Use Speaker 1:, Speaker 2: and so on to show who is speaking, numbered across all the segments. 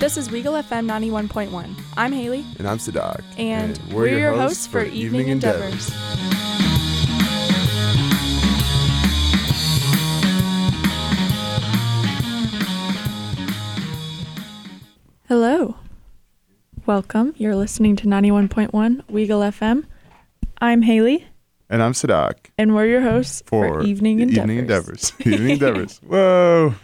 Speaker 1: This is Weagle FM 91.1. I'm Haley,
Speaker 2: And I'm Sadak.
Speaker 1: and, we're, your, hosts for Evening Endeavors. Hello. Welcome. You're listening to 91.1 Weagle FM. I'm Haley,
Speaker 2: And I'm Sadak
Speaker 1: and we're your hosts
Speaker 2: for,
Speaker 1: Evening Endeavors.
Speaker 2: Evening Endeavors. Evening Endeavors. Whoa.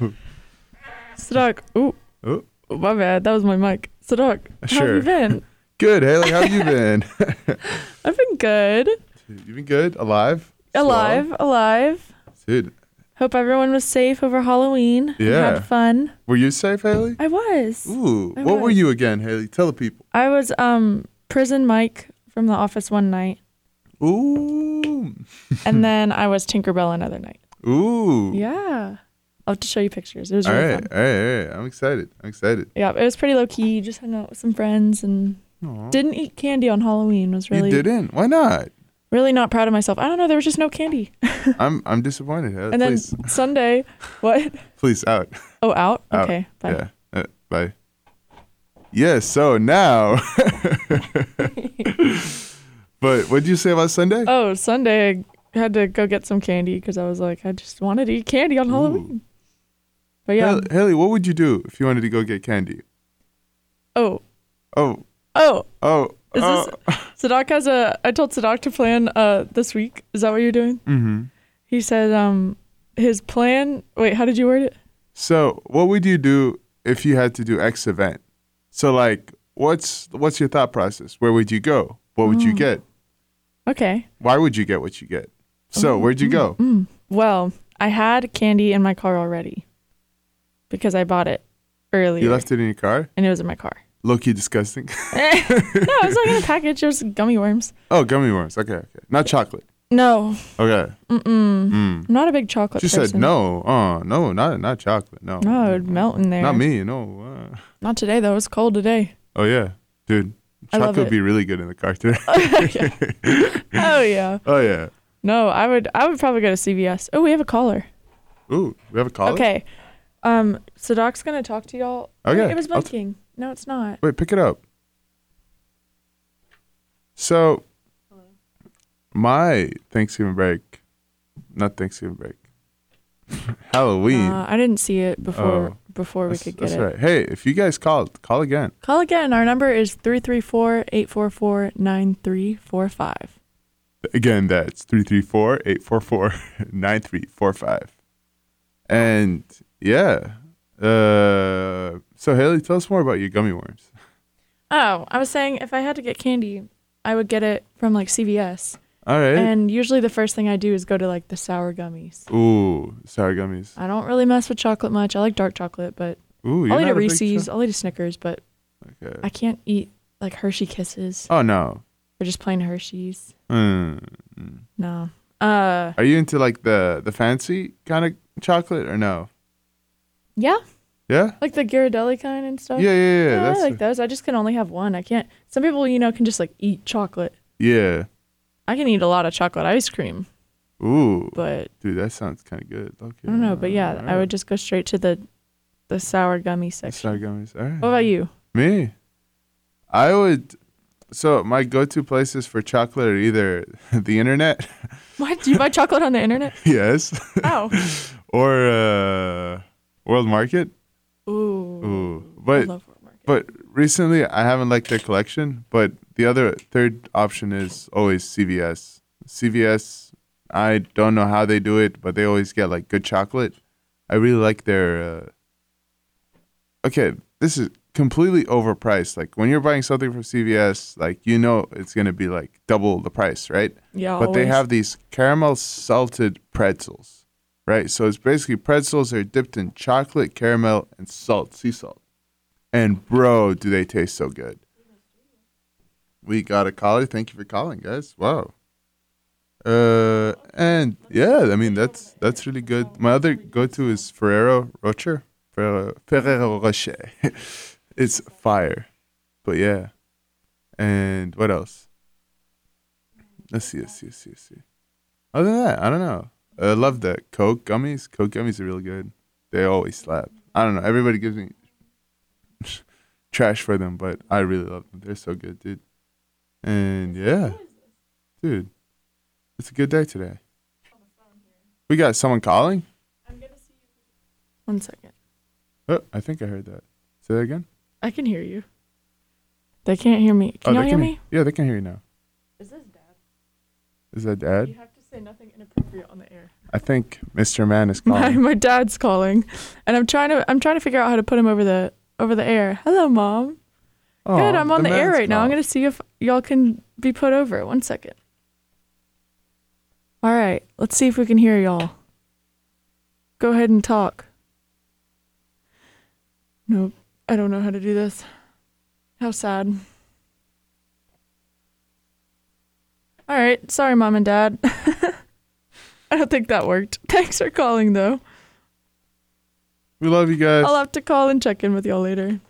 Speaker 1: Sadak, ooh,
Speaker 2: Oh,
Speaker 1: my bad. That was my mic. Sadak, how have
Speaker 2: Sure.
Speaker 1: you been?
Speaker 2: good, Haley. How have you been?
Speaker 1: I've been good.
Speaker 2: you been good? Alive? Slow?
Speaker 1: Alive, alive.
Speaker 2: Dude,
Speaker 1: Hope everyone was safe over Halloween. and
Speaker 2: Yeah.
Speaker 1: Had fun.
Speaker 2: were you safe, Haley?
Speaker 1: I was.
Speaker 2: Ooh.
Speaker 1: I
Speaker 2: what were
Speaker 1: was.
Speaker 2: you again, Haley? Tell the people.
Speaker 1: I was um prison Mike from the office one night.
Speaker 2: Ooh.
Speaker 1: And then I was Tinkerbell another night.
Speaker 2: Ooh.
Speaker 1: Yeah. I'll have to show you pictures. It was
Speaker 2: All
Speaker 1: really
Speaker 2: right.
Speaker 1: fun.
Speaker 2: All right. All right. I'm excited. I'm excited.
Speaker 1: Yeah, it was pretty low key. Just hung out with some friends and
Speaker 2: Aw.
Speaker 1: didn't eat candy on Halloween. Was really
Speaker 2: You didn't? Why not?
Speaker 1: really not proud of myself. I don't know, there was just no candy.
Speaker 2: I'm I'm disappointed, Haley.
Speaker 1: And then
Speaker 2: please,
Speaker 1: Sunday, what?
Speaker 2: please out.
Speaker 1: Oh, out?
Speaker 2: Out.
Speaker 1: Okay, bye.
Speaker 2: Yeah. Uh, bye. Yes. so now. but what did you say about Sunday?
Speaker 1: Oh, Sunday I had to go get some candy because I was like, I just wanted to eat candy on Halloween. But yeah.
Speaker 2: Hal- Haley, what would you do if you wanted to go get candy?
Speaker 1: Oh,
Speaker 2: Oh,
Speaker 1: oh.
Speaker 2: oh,
Speaker 1: Is
Speaker 2: oh.
Speaker 1: this Sadak has a? I told Sadak to plan uh this week. Is that what you're doing?
Speaker 2: hmm
Speaker 1: He said um his plan. Wait, how did you word it?
Speaker 2: So, what would you do if you had to do X event? So, like, what's what's your thought process? Where would you go? What would
Speaker 1: Mm.
Speaker 2: you get?
Speaker 1: Okay.
Speaker 2: Why would you get what you get? So, where'd you go?
Speaker 1: Mm. Well, I had candy in my car already because I bought it earlier,
Speaker 2: You left it in your car.
Speaker 1: and it was in my car.
Speaker 2: Low key disgusting.
Speaker 1: No, it was like in a package. It was gummy worms.
Speaker 2: oh, gummy worms. Okay, okay. Not chocolate.
Speaker 1: No,
Speaker 2: Okay.
Speaker 1: I'm not a big chocolate.
Speaker 2: She said
Speaker 1: person. Oh,
Speaker 2: no. Uh, no, not not chocolate. No.
Speaker 1: No, it would melt in there.
Speaker 2: Not me. No. Uh.
Speaker 1: Not today though. It was cold today.
Speaker 2: Oh yeah, dude.
Speaker 1: I love
Speaker 2: Chocolate would
Speaker 1: it.
Speaker 2: be really good in the car today.
Speaker 1: Oh yeah.
Speaker 2: oh yeah.
Speaker 1: No, I would. I would probably go to CVS. Oh, we have a caller.
Speaker 2: Ooh, we have a caller.
Speaker 1: Okay. Um, so Doc's gonna talk to y'all. Wait,
Speaker 2: Okay,
Speaker 1: It was
Speaker 2: I'll t-
Speaker 1: blinking. no, it's not.
Speaker 2: Wait, pick it up. So, my Thanksgiving break, not Thanksgiving break, Halloween.
Speaker 1: Uh, I didn't see it before
Speaker 2: Oh,
Speaker 1: before we
Speaker 2: that's
Speaker 1: could get
Speaker 2: that's
Speaker 1: it.
Speaker 2: right. Hey, if you guys called, call again.
Speaker 1: Call again. Our number is 334-844-9345.
Speaker 2: Again, that's 334 844 9345. And yeah. Uh, so, Haley, tell us more about your gummy worms.
Speaker 1: Oh, I was saying if I had to get candy, I would get it from like CVS.
Speaker 2: All right.
Speaker 1: And usually the first thing I do is go to like the sour gummies.
Speaker 2: Ooh, sour gummies.
Speaker 1: I don't really mess with chocolate much. I like dark chocolate, but
Speaker 2: Ooh, you're
Speaker 1: I'll eat a
Speaker 2: not a big
Speaker 1: Reese's,
Speaker 2: cho-
Speaker 1: I'll eat a Snickers, but
Speaker 2: Okay.
Speaker 1: I can't eat like Hershey Kisses
Speaker 2: Oh no.
Speaker 1: or just plain Hershey's.
Speaker 2: Mm.
Speaker 1: No. Uh
Speaker 2: Are you into like the the fancy kind of chocolate or no?
Speaker 1: Yeah,
Speaker 2: Yeah.
Speaker 1: like the Ghirardelli kind and
Speaker 2: Yeah,
Speaker 1: stuff.
Speaker 2: yeah, yeah.
Speaker 1: Uh, Yeah,
Speaker 2: that's
Speaker 1: I like those. I just can only have one. I can't. Some people, you know, can just like eat chocolate.
Speaker 2: yeah.
Speaker 1: I can eat a lot of chocolate ice cream,
Speaker 2: Ooh,
Speaker 1: but
Speaker 2: dude, that sounds kind of good. Okay.
Speaker 1: I don't know. But yeah, I
Speaker 2: alright.
Speaker 1: would just go straight to the the sour gummy section.
Speaker 2: sour gummies. All right.
Speaker 1: What about you?
Speaker 2: Me, I would. So my go-to places for chocolate are either the internet,
Speaker 1: What? Do you buy chocolate on the internet?
Speaker 2: yes,
Speaker 1: Oh.
Speaker 2: or uh, World Market.
Speaker 1: Ooh.
Speaker 2: Ooh,
Speaker 1: I
Speaker 2: but
Speaker 1: love World Market.
Speaker 2: But recently, I haven't liked their collection. But the other third option is always CVS. CVS. I don't know how they do it, but they always get like good chocolate. I really like their. Uh... Okay, this is completely overpriced. Like when you're buying something from CVS, like you know it's gonna be like double the price, right?
Speaker 1: yeah.
Speaker 2: but they
Speaker 1: always.
Speaker 2: have these caramel salted pretzels, right? So it's basically pretzels that are dipped in chocolate, caramel, and salt, sea salt. And bro, do they taste so good? We got a caller. Thank you for calling, guys. Wow. Uh, and yeah, I mean that's that's really good. My other go-to is Ferrero Rocher. Ferrero, Ferrero Rocher. it's fire, but yeah. And what else? Let's see, let's see, let's see, let's see. Other than that, I don't know. I love the Coke gummies. Coke gummies are really good. They always slap. I don't know. Everybody gives me trash for them, but I really love them. They're so good, dude. And yeah, dude, it's a good day today. We got someone calling.
Speaker 1: One second.
Speaker 2: Oh, I think I heard that. Say that again.
Speaker 1: I can hear you. They can't hear me. Can
Speaker 2: oh,
Speaker 1: y'all
Speaker 2: they
Speaker 1: hear
Speaker 2: can
Speaker 1: me?
Speaker 2: Yeah, they can hear you now.
Speaker 1: Is this dad?
Speaker 2: Is that dad?
Speaker 1: You have to say nothing inappropriate on the air.
Speaker 2: I think Mr. Man is
Speaker 1: My,
Speaker 2: calling.
Speaker 1: my dad's calling, and I'm trying to I'm trying to figure out how to put him over the over the air. Hello, mom.
Speaker 2: Oh,
Speaker 1: Good. I'm on the, air
Speaker 2: man's
Speaker 1: right now. I'm
Speaker 2: calling.
Speaker 1: gonna see if y'all can be put over. One second. All right. Let's see if we can hear y'all. Go ahead and talk. Nope. I don't know how to do this. How sad. All right. Sorry, mom and dad. I don't think that worked. Thanks for calling, though.
Speaker 2: We love you guys.
Speaker 1: I'll have to call and check in with y'all later.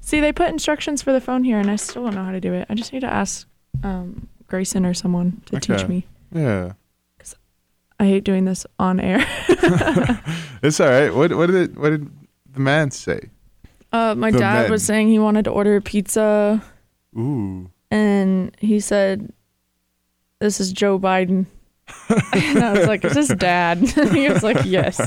Speaker 1: See, they put instructions for the phone here, and I still don't know how to do it. I just need to ask um, Grayson or someone to
Speaker 2: Okay.
Speaker 1: teach me.
Speaker 2: yeah,
Speaker 1: I hate doing this on air.
Speaker 2: it's all right. What what did what did the man say?
Speaker 1: Uh, my
Speaker 2: The
Speaker 1: dad
Speaker 2: men.
Speaker 1: was saying he wanted to order a pizza,
Speaker 2: Ooh,
Speaker 1: and he said, "This is Joe Biden." and I was like, "Is this dad?" he was like, "Yes."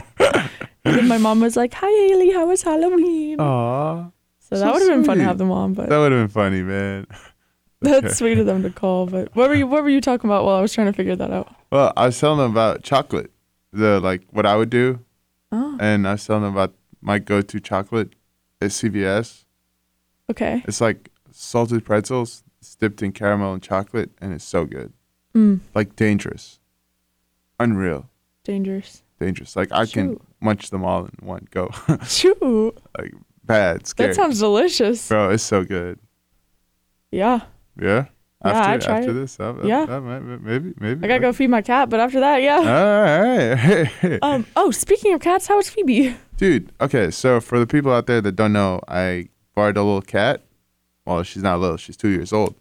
Speaker 1: And then my mom was like, "Hi, Haley. How was Halloween?"
Speaker 2: aw,
Speaker 1: so
Speaker 2: so
Speaker 1: that would have been fun to
Speaker 2: sweet.
Speaker 1: have them on, but
Speaker 2: that would have been funny, man.
Speaker 1: That's sweet of them to call, but what were you what were you talking about while I was trying to figure that out?
Speaker 2: Well, I was telling them about chocolate, the like what I would do,
Speaker 1: Oh,
Speaker 2: and I was telling them about my go-to chocolate at CVS.
Speaker 1: okay.
Speaker 2: It's like salted pretzels, it's dipped in caramel and chocolate, and it's so good.
Speaker 1: Mm,
Speaker 2: Like dangerous, unreal,
Speaker 1: dangerous.
Speaker 2: dangerous. Like I can
Speaker 1: Shoot.
Speaker 2: munch them all in one go.
Speaker 1: Shoot.
Speaker 2: Bad, scary.
Speaker 1: That sounds delicious.
Speaker 2: Bro, it's so good.
Speaker 1: Yeah.
Speaker 2: Yeah.
Speaker 1: Yeah,
Speaker 2: After
Speaker 1: I try
Speaker 2: after
Speaker 1: it.
Speaker 2: this, that,
Speaker 1: Yeah.
Speaker 2: yeah. That might, maybe maybe.
Speaker 1: I gotta go feed my cat, but after that,
Speaker 2: All
Speaker 1: yeah.
Speaker 2: right,
Speaker 1: Um oh speaking of cats, how was Phoebe?
Speaker 2: dude. Okay, so for the people out there that don't know, I borrowed a little cat. Well, she's not little; she's two years old.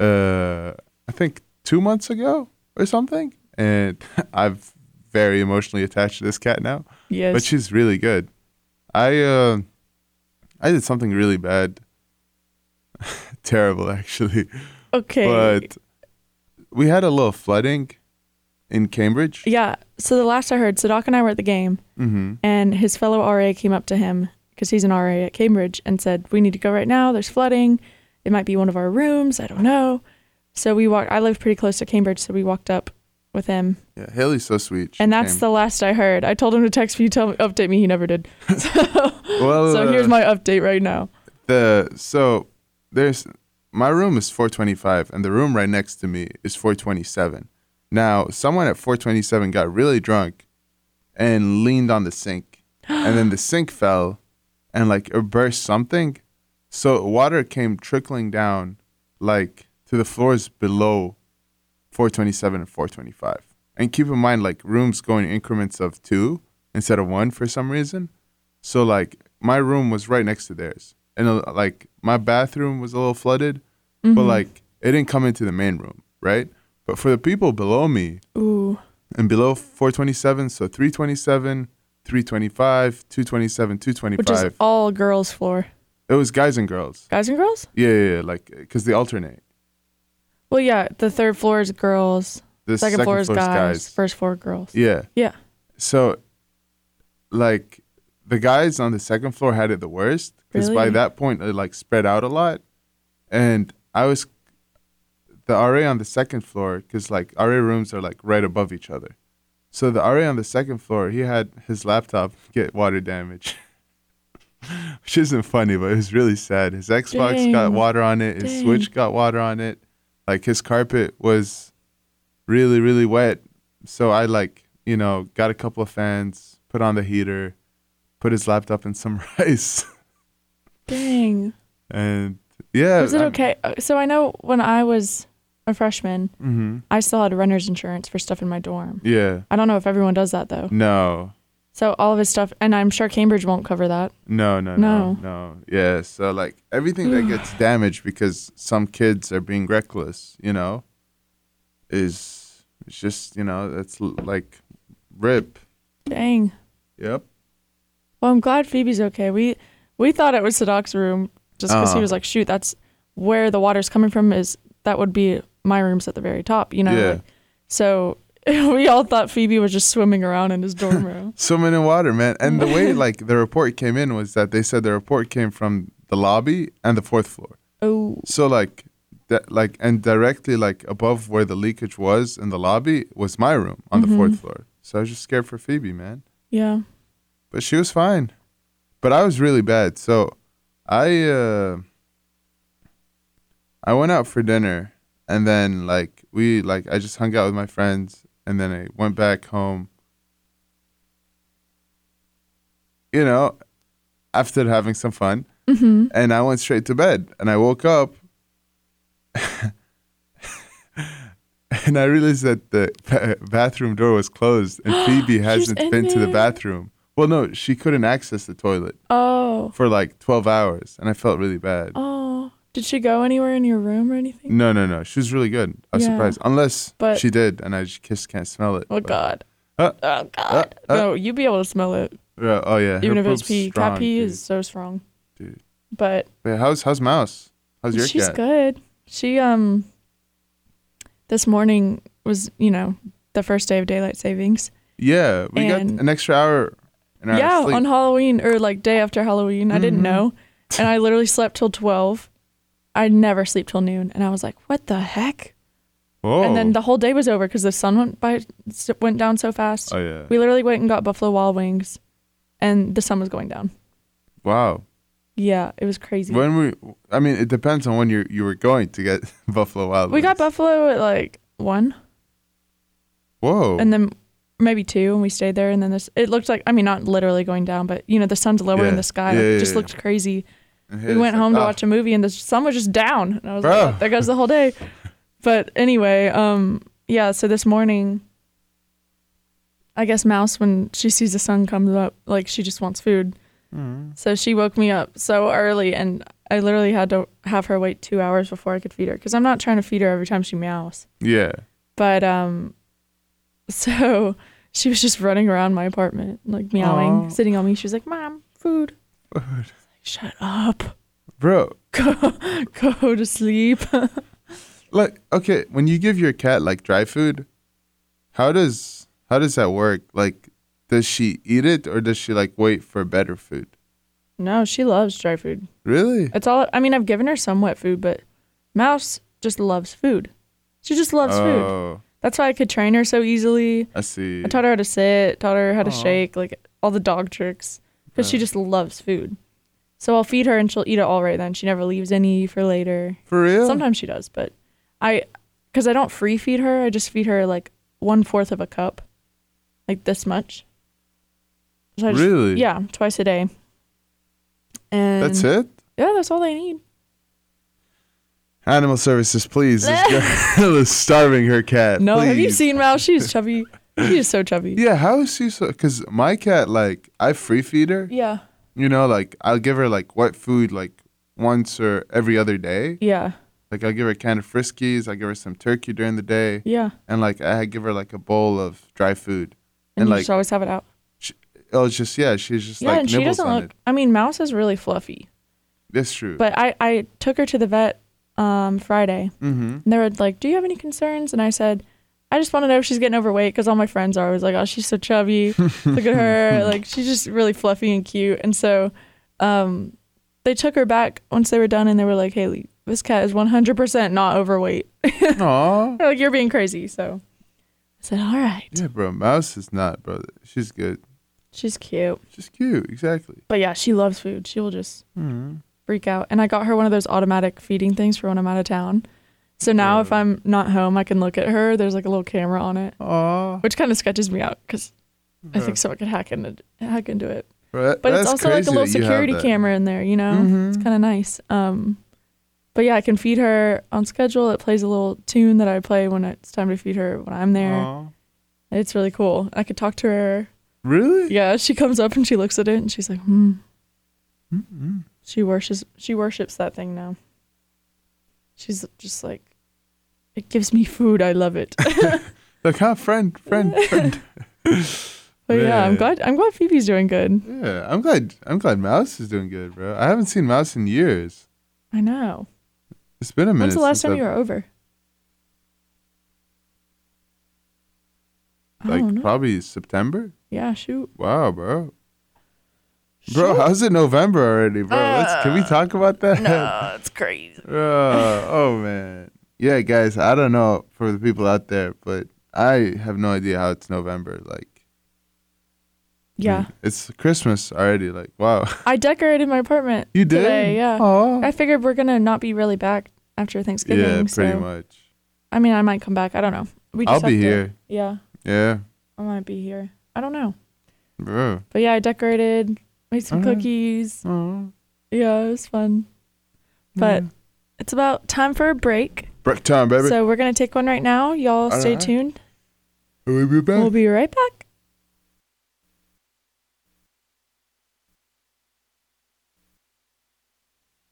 Speaker 2: uh, I think two months ago or something, and I'm very emotionally attached to this cat now.
Speaker 1: Yes.
Speaker 2: but she's really good. I uh, I did something really bad, terrible actually.
Speaker 1: okay.
Speaker 2: But we had a little flooding in Cambridge.
Speaker 1: yeah. So the last I heard, Sadak and I were at the game
Speaker 2: Mm-hmm.
Speaker 1: and his fellow RA came up to him because he's an RA at Cambridge and said, "We need to go right now. There's flooding. It might be one of our rooms. I don't know." So we walked. I lived pretty close to Cambridge, so we walked up with him,
Speaker 2: Yeah, Haley's so sweet.
Speaker 1: and that's the last I heard. I told him to text me, tell me, update me. He never did.
Speaker 2: the well.
Speaker 1: so
Speaker 2: uh,
Speaker 1: here's my update right now.
Speaker 2: the so there's my room is 425, and the room right next to me is 427. Now someone at 427 got really drunk and leaned on the sink, and then the sink fell, and like it burst something, so water came trickling down like to the floors below 427 and 425. And keep in mind, like rooms go in increments of two instead of one for some reason. So like my room was right next to theirs, and uh, like my bathroom was a little flooded,
Speaker 1: Mm-hmm.
Speaker 2: but like it didn't come into the main room, right? But for the people below me
Speaker 1: Ooh,
Speaker 2: and below 427, so 327, 325, 227,
Speaker 1: which
Speaker 2: 225.
Speaker 1: is all girls' floor,
Speaker 2: it was guys and girls.
Speaker 1: guys and girls.
Speaker 2: Yeah, yeah, yeah like because they alternate.
Speaker 1: Well, yeah, the third floor is girls,
Speaker 2: The
Speaker 1: second, floor is
Speaker 2: floor's
Speaker 1: guys, first floor girls.
Speaker 2: Yeah.
Speaker 1: Yeah.
Speaker 2: So, like, the guys on the second floor had it the worst because by
Speaker 1: Really?
Speaker 2: that point it like spread out a lot, and I was the RA on the second floor because like RA rooms are like right above each other, so the RA on the second floor he had his laptop get water damage. Which isn't funny, but it was really sad. His Xbox got
Speaker 1: Dang.
Speaker 2: water on it. His Switch got water on it. Like his carpet was really, really wet so I like, you know, got a couple of fans, put on the heater, put his laptop in some rice,
Speaker 1: Dang.
Speaker 2: and yeah.
Speaker 1: was it okay? Uh, So I know when I was a freshman,
Speaker 2: Mm-hmm.
Speaker 1: I still had renter's insurance for stuff in my dorm.
Speaker 2: Yeah.
Speaker 1: I don't know if everyone does that though.
Speaker 2: No.
Speaker 1: So all of his stuff, and I'm sure Cambridge won't cover that.
Speaker 2: No. No. No. No. Yeah. So like everything that gets damaged because some kids are being reckless, you know, is it's just you know that's l- like rip.
Speaker 1: Dang.
Speaker 2: Yep.
Speaker 1: Well, I'm glad Phoebe's okay. We we thought it was Sadok's room just because he
Speaker 2: Uh-huh.
Speaker 1: was like, shoot, that's where the water's coming from. Is that would be my room's at the very top, you know?
Speaker 2: Yeah.
Speaker 1: like- so we all thought Phoebe was just swimming around in his dorm room.
Speaker 2: swimming in water, man. And the way like the report came in was that they said the report came from the lobby and the fourth floor.
Speaker 1: oh,
Speaker 2: So like that like and directly like above where the leakage was in the lobby was my room on the fourth floor. So I was just scared for Phoebe, man.
Speaker 1: yeah.
Speaker 2: But she was fine. But I was really bad. So I uh I went out for dinner and then like we like I just hung out with my friends and then I went back home. You know, after having some fun
Speaker 1: Mm-hmm.
Speaker 2: and I went straight to bed. And I woke up, and I realized that the ba- bathroom door was closed, and Phoebe hasn't
Speaker 1: in
Speaker 2: been to the
Speaker 1: there.
Speaker 2: bathroom. Well, no, she couldn't access the toilet
Speaker 1: Oh,
Speaker 2: for like 12 hours, and I felt really bad.
Speaker 1: oh. Did she go anywhere in your room or anything?
Speaker 2: No, no, no. She was really good. I was
Speaker 1: Yeah.
Speaker 2: surprised. Unless
Speaker 1: But-
Speaker 2: she did, and I just kissed, can't smell it.
Speaker 1: Oh
Speaker 2: But-
Speaker 1: God.
Speaker 2: Uh,
Speaker 1: oh God.
Speaker 2: uh.
Speaker 1: no, you'd be able to smell it
Speaker 2: Yeah, oh, yeah.
Speaker 1: even
Speaker 2: her
Speaker 1: if it was
Speaker 2: poop's
Speaker 1: pee.
Speaker 2: strong,
Speaker 1: cat pee
Speaker 2: dude.
Speaker 1: is so strong.
Speaker 2: Dude.
Speaker 1: But
Speaker 2: Wait, how's, how's Mouse? How's your
Speaker 1: she's
Speaker 2: cat?
Speaker 1: good. She um this morning was, you know, the first day of daylight savings.
Speaker 2: Yeah, we
Speaker 1: And-
Speaker 2: got an extra hour in our
Speaker 1: yeah,
Speaker 2: sleep.
Speaker 1: on Halloween or like day after Halloween. I didn't
Speaker 2: Mhm.
Speaker 1: know. And I literally slept till 12. I never sleep till noon and I was like, "What the heck?"
Speaker 2: Whoa.
Speaker 1: And then the whole day was over cuz the sun went by s- went down so fast.
Speaker 2: Oh yeah.
Speaker 1: We literally went and got buffalo wild wings and the sun was going down.
Speaker 2: Wow.
Speaker 1: Yeah, it was crazy.
Speaker 2: When we, I mean, it depends on when you you were going to get Buffalo Wild.
Speaker 1: we got
Speaker 2: Wings.
Speaker 1: buffalo at like 1.
Speaker 2: Whoa.
Speaker 1: and then maybe two and we stayed there and then this it looked like i mean not literally going down but you know the sun's lower in
Speaker 2: Yeah.
Speaker 1: the sky
Speaker 2: Yeah,
Speaker 1: like,
Speaker 2: yeah,
Speaker 1: just
Speaker 2: yeah.
Speaker 1: looked crazy
Speaker 2: And
Speaker 1: we
Speaker 2: it's
Speaker 1: went
Speaker 2: like,
Speaker 1: home to
Speaker 2: ah,
Speaker 1: watch a movie and the sun was just down and i was
Speaker 2: Bro.
Speaker 1: like oh, there goes the whole day but anyway um yeah so this morning i guess mouse when she sees the sun comes up like she just wants food
Speaker 2: mm.
Speaker 1: so she woke me up so early and i literally had to have her wait two hours before i could feed her because i'm not trying to feed her every time she meows
Speaker 2: Yeah.
Speaker 1: but um, so she was just running around my apartment, like meowing,
Speaker 2: Aw.
Speaker 1: sitting on me. She was like, "Mom, food." Shut up.
Speaker 2: Bro,
Speaker 1: Go, go to sleep.
Speaker 2: like, okay, when you give your cat like dry food, how does how does that work? Like, does she eat it or does she like wait for better food?
Speaker 1: no, she loves dry food.
Speaker 2: Really?
Speaker 1: It's all. I mean, I've given her some wet food, but Mouse just loves food. She just loves food.
Speaker 2: oh,
Speaker 1: That's why I could train her so easily.
Speaker 2: I see.
Speaker 1: I taught her how to sit, taught her how to
Speaker 2: Aw.
Speaker 1: shake, like all the dog tricks, because she
Speaker 2: Yeah.
Speaker 1: just loves food. So I'll feed her and she'll eat it all right then. She never leaves any for later.
Speaker 2: for real?
Speaker 1: Sometimes she does, but I, because I don't free feed her, I just feed her like one fourth of a cup, like this much. So I just-
Speaker 2: Really?
Speaker 1: Yeah, twice a day. And
Speaker 2: That's it.
Speaker 1: Yeah, that's all they need.
Speaker 2: Animal services, please. This girl is starving her cat.
Speaker 1: No, have you
Speaker 2: please.
Speaker 1: seen Mal? She's chubby. She is so chubby.
Speaker 2: Yeah, how is she so? Because my cat, like, I free feed her.
Speaker 1: Yeah.
Speaker 2: You know, like I'll give her like wet food like once or every other day.
Speaker 1: Yeah.
Speaker 2: Like I'll give her a can of Friskies, I give her some turkey during the day,
Speaker 1: Yeah.
Speaker 2: and like I give her like a bowl of dry food.
Speaker 1: And,
Speaker 2: And,
Speaker 1: you
Speaker 2: like-
Speaker 1: just always have it out.
Speaker 2: Oh, it's just yeah, she's just
Speaker 1: Yeah,
Speaker 2: like
Speaker 1: and
Speaker 2: nibbles
Speaker 1: she doesn't
Speaker 2: on
Speaker 1: look.
Speaker 2: it.
Speaker 1: I mean, Mouse is really fluffy.
Speaker 2: That's true.
Speaker 1: But I I took her to the vet um Friday,
Speaker 2: mm-hmm.
Speaker 1: And they were like, "Do you have any concerns?" And I said, "I just want to know if she's getting overweight because all my friends are always like, oh, she's so chubby. Look at her. Like she's just really fluffy and cute." And so, um, they took her back once they were done, and they were like, "Haley, this cat is 100% not overweight.
Speaker 2: Aw.
Speaker 1: They're like you're being crazy." So I said, "All right,
Speaker 2: Yeah, bro. Mouse is not, bro. She's good.
Speaker 1: she's cute,
Speaker 2: She's cute. Exactly.
Speaker 1: but yeah, she loves food. She will just
Speaker 2: Mm-hmm.
Speaker 1: freak out." And I got her one of those automatic feeding things for when I'm out of town. So now, if
Speaker 2: Yeah.
Speaker 1: I'm not home, I can look at her. There's like a little camera on it,
Speaker 2: Aw.
Speaker 1: which kind of sketches me out because I think someone could hack into hack into it.
Speaker 2: Bro,
Speaker 1: But it's also like a little security camera in there, you know? It's
Speaker 2: Mhm.
Speaker 1: kind of nice. Um, but yeah, I can feed her on schedule. It plays a little tune that I play when it's time to feed her when I'm there. It's really cool. I could talk to her.
Speaker 2: Really?
Speaker 1: Yeah, she comes up and she looks at it and she's like, hmm.
Speaker 2: Mm-hmm.
Speaker 1: She worships she worships that thing now. She's just like, it gives me food. I love it.
Speaker 2: Like, huh? Friend, friend, friend.
Speaker 1: But yeah, I'm
Speaker 2: Yeah.
Speaker 1: glad I'm glad Phoebe's doing good.
Speaker 2: Yeah, I'm glad. I'm glad Mouse is doing good, bro. I haven't seen Mouse in years.
Speaker 1: I know.
Speaker 2: It's been a minute.
Speaker 1: When's the last
Speaker 2: since
Speaker 1: time
Speaker 2: I've-
Speaker 1: you were over? I don't
Speaker 2: like
Speaker 1: know.
Speaker 2: probably September.
Speaker 1: Oh, yeah, shoot.
Speaker 2: Wow, bro. Bro, how's it November already, bro? Let's, can we
Speaker 1: Uh,
Speaker 2: talk about that?
Speaker 1: it's crazy.
Speaker 2: Bro, oh man. Yeah, guys, I don't know for the people out there, but I have no idea how it's November. Like,
Speaker 1: Yeah.
Speaker 2: it's Christmas already. Like, wow.
Speaker 1: I decorated my apartment.
Speaker 2: Hmm. You did? Oh.
Speaker 1: Today, yeah.
Speaker 2: Aw.
Speaker 1: I figured we're gonna not be really back after Thanksgiving.
Speaker 2: yeah, pretty
Speaker 1: so-
Speaker 2: much.
Speaker 1: I mean, I might come back. I don't know. We
Speaker 2: I'll
Speaker 1: have
Speaker 2: be
Speaker 1: to-
Speaker 2: here.
Speaker 1: Yeah,
Speaker 2: Yeah,
Speaker 1: I might be here. I don't know.
Speaker 2: bro.
Speaker 1: But yeah, I decorated, made some
Speaker 2: Alright.
Speaker 1: cookies.
Speaker 2: Aw.
Speaker 1: Yeah, it was fun. But
Speaker 2: Hmm.
Speaker 1: it's about time for a break.
Speaker 2: Break time, baby.
Speaker 1: So we're gonna take one right now. Y'all all stay
Speaker 2: Alright.
Speaker 1: tuned.
Speaker 2: we'll be back.
Speaker 1: We'll be right back.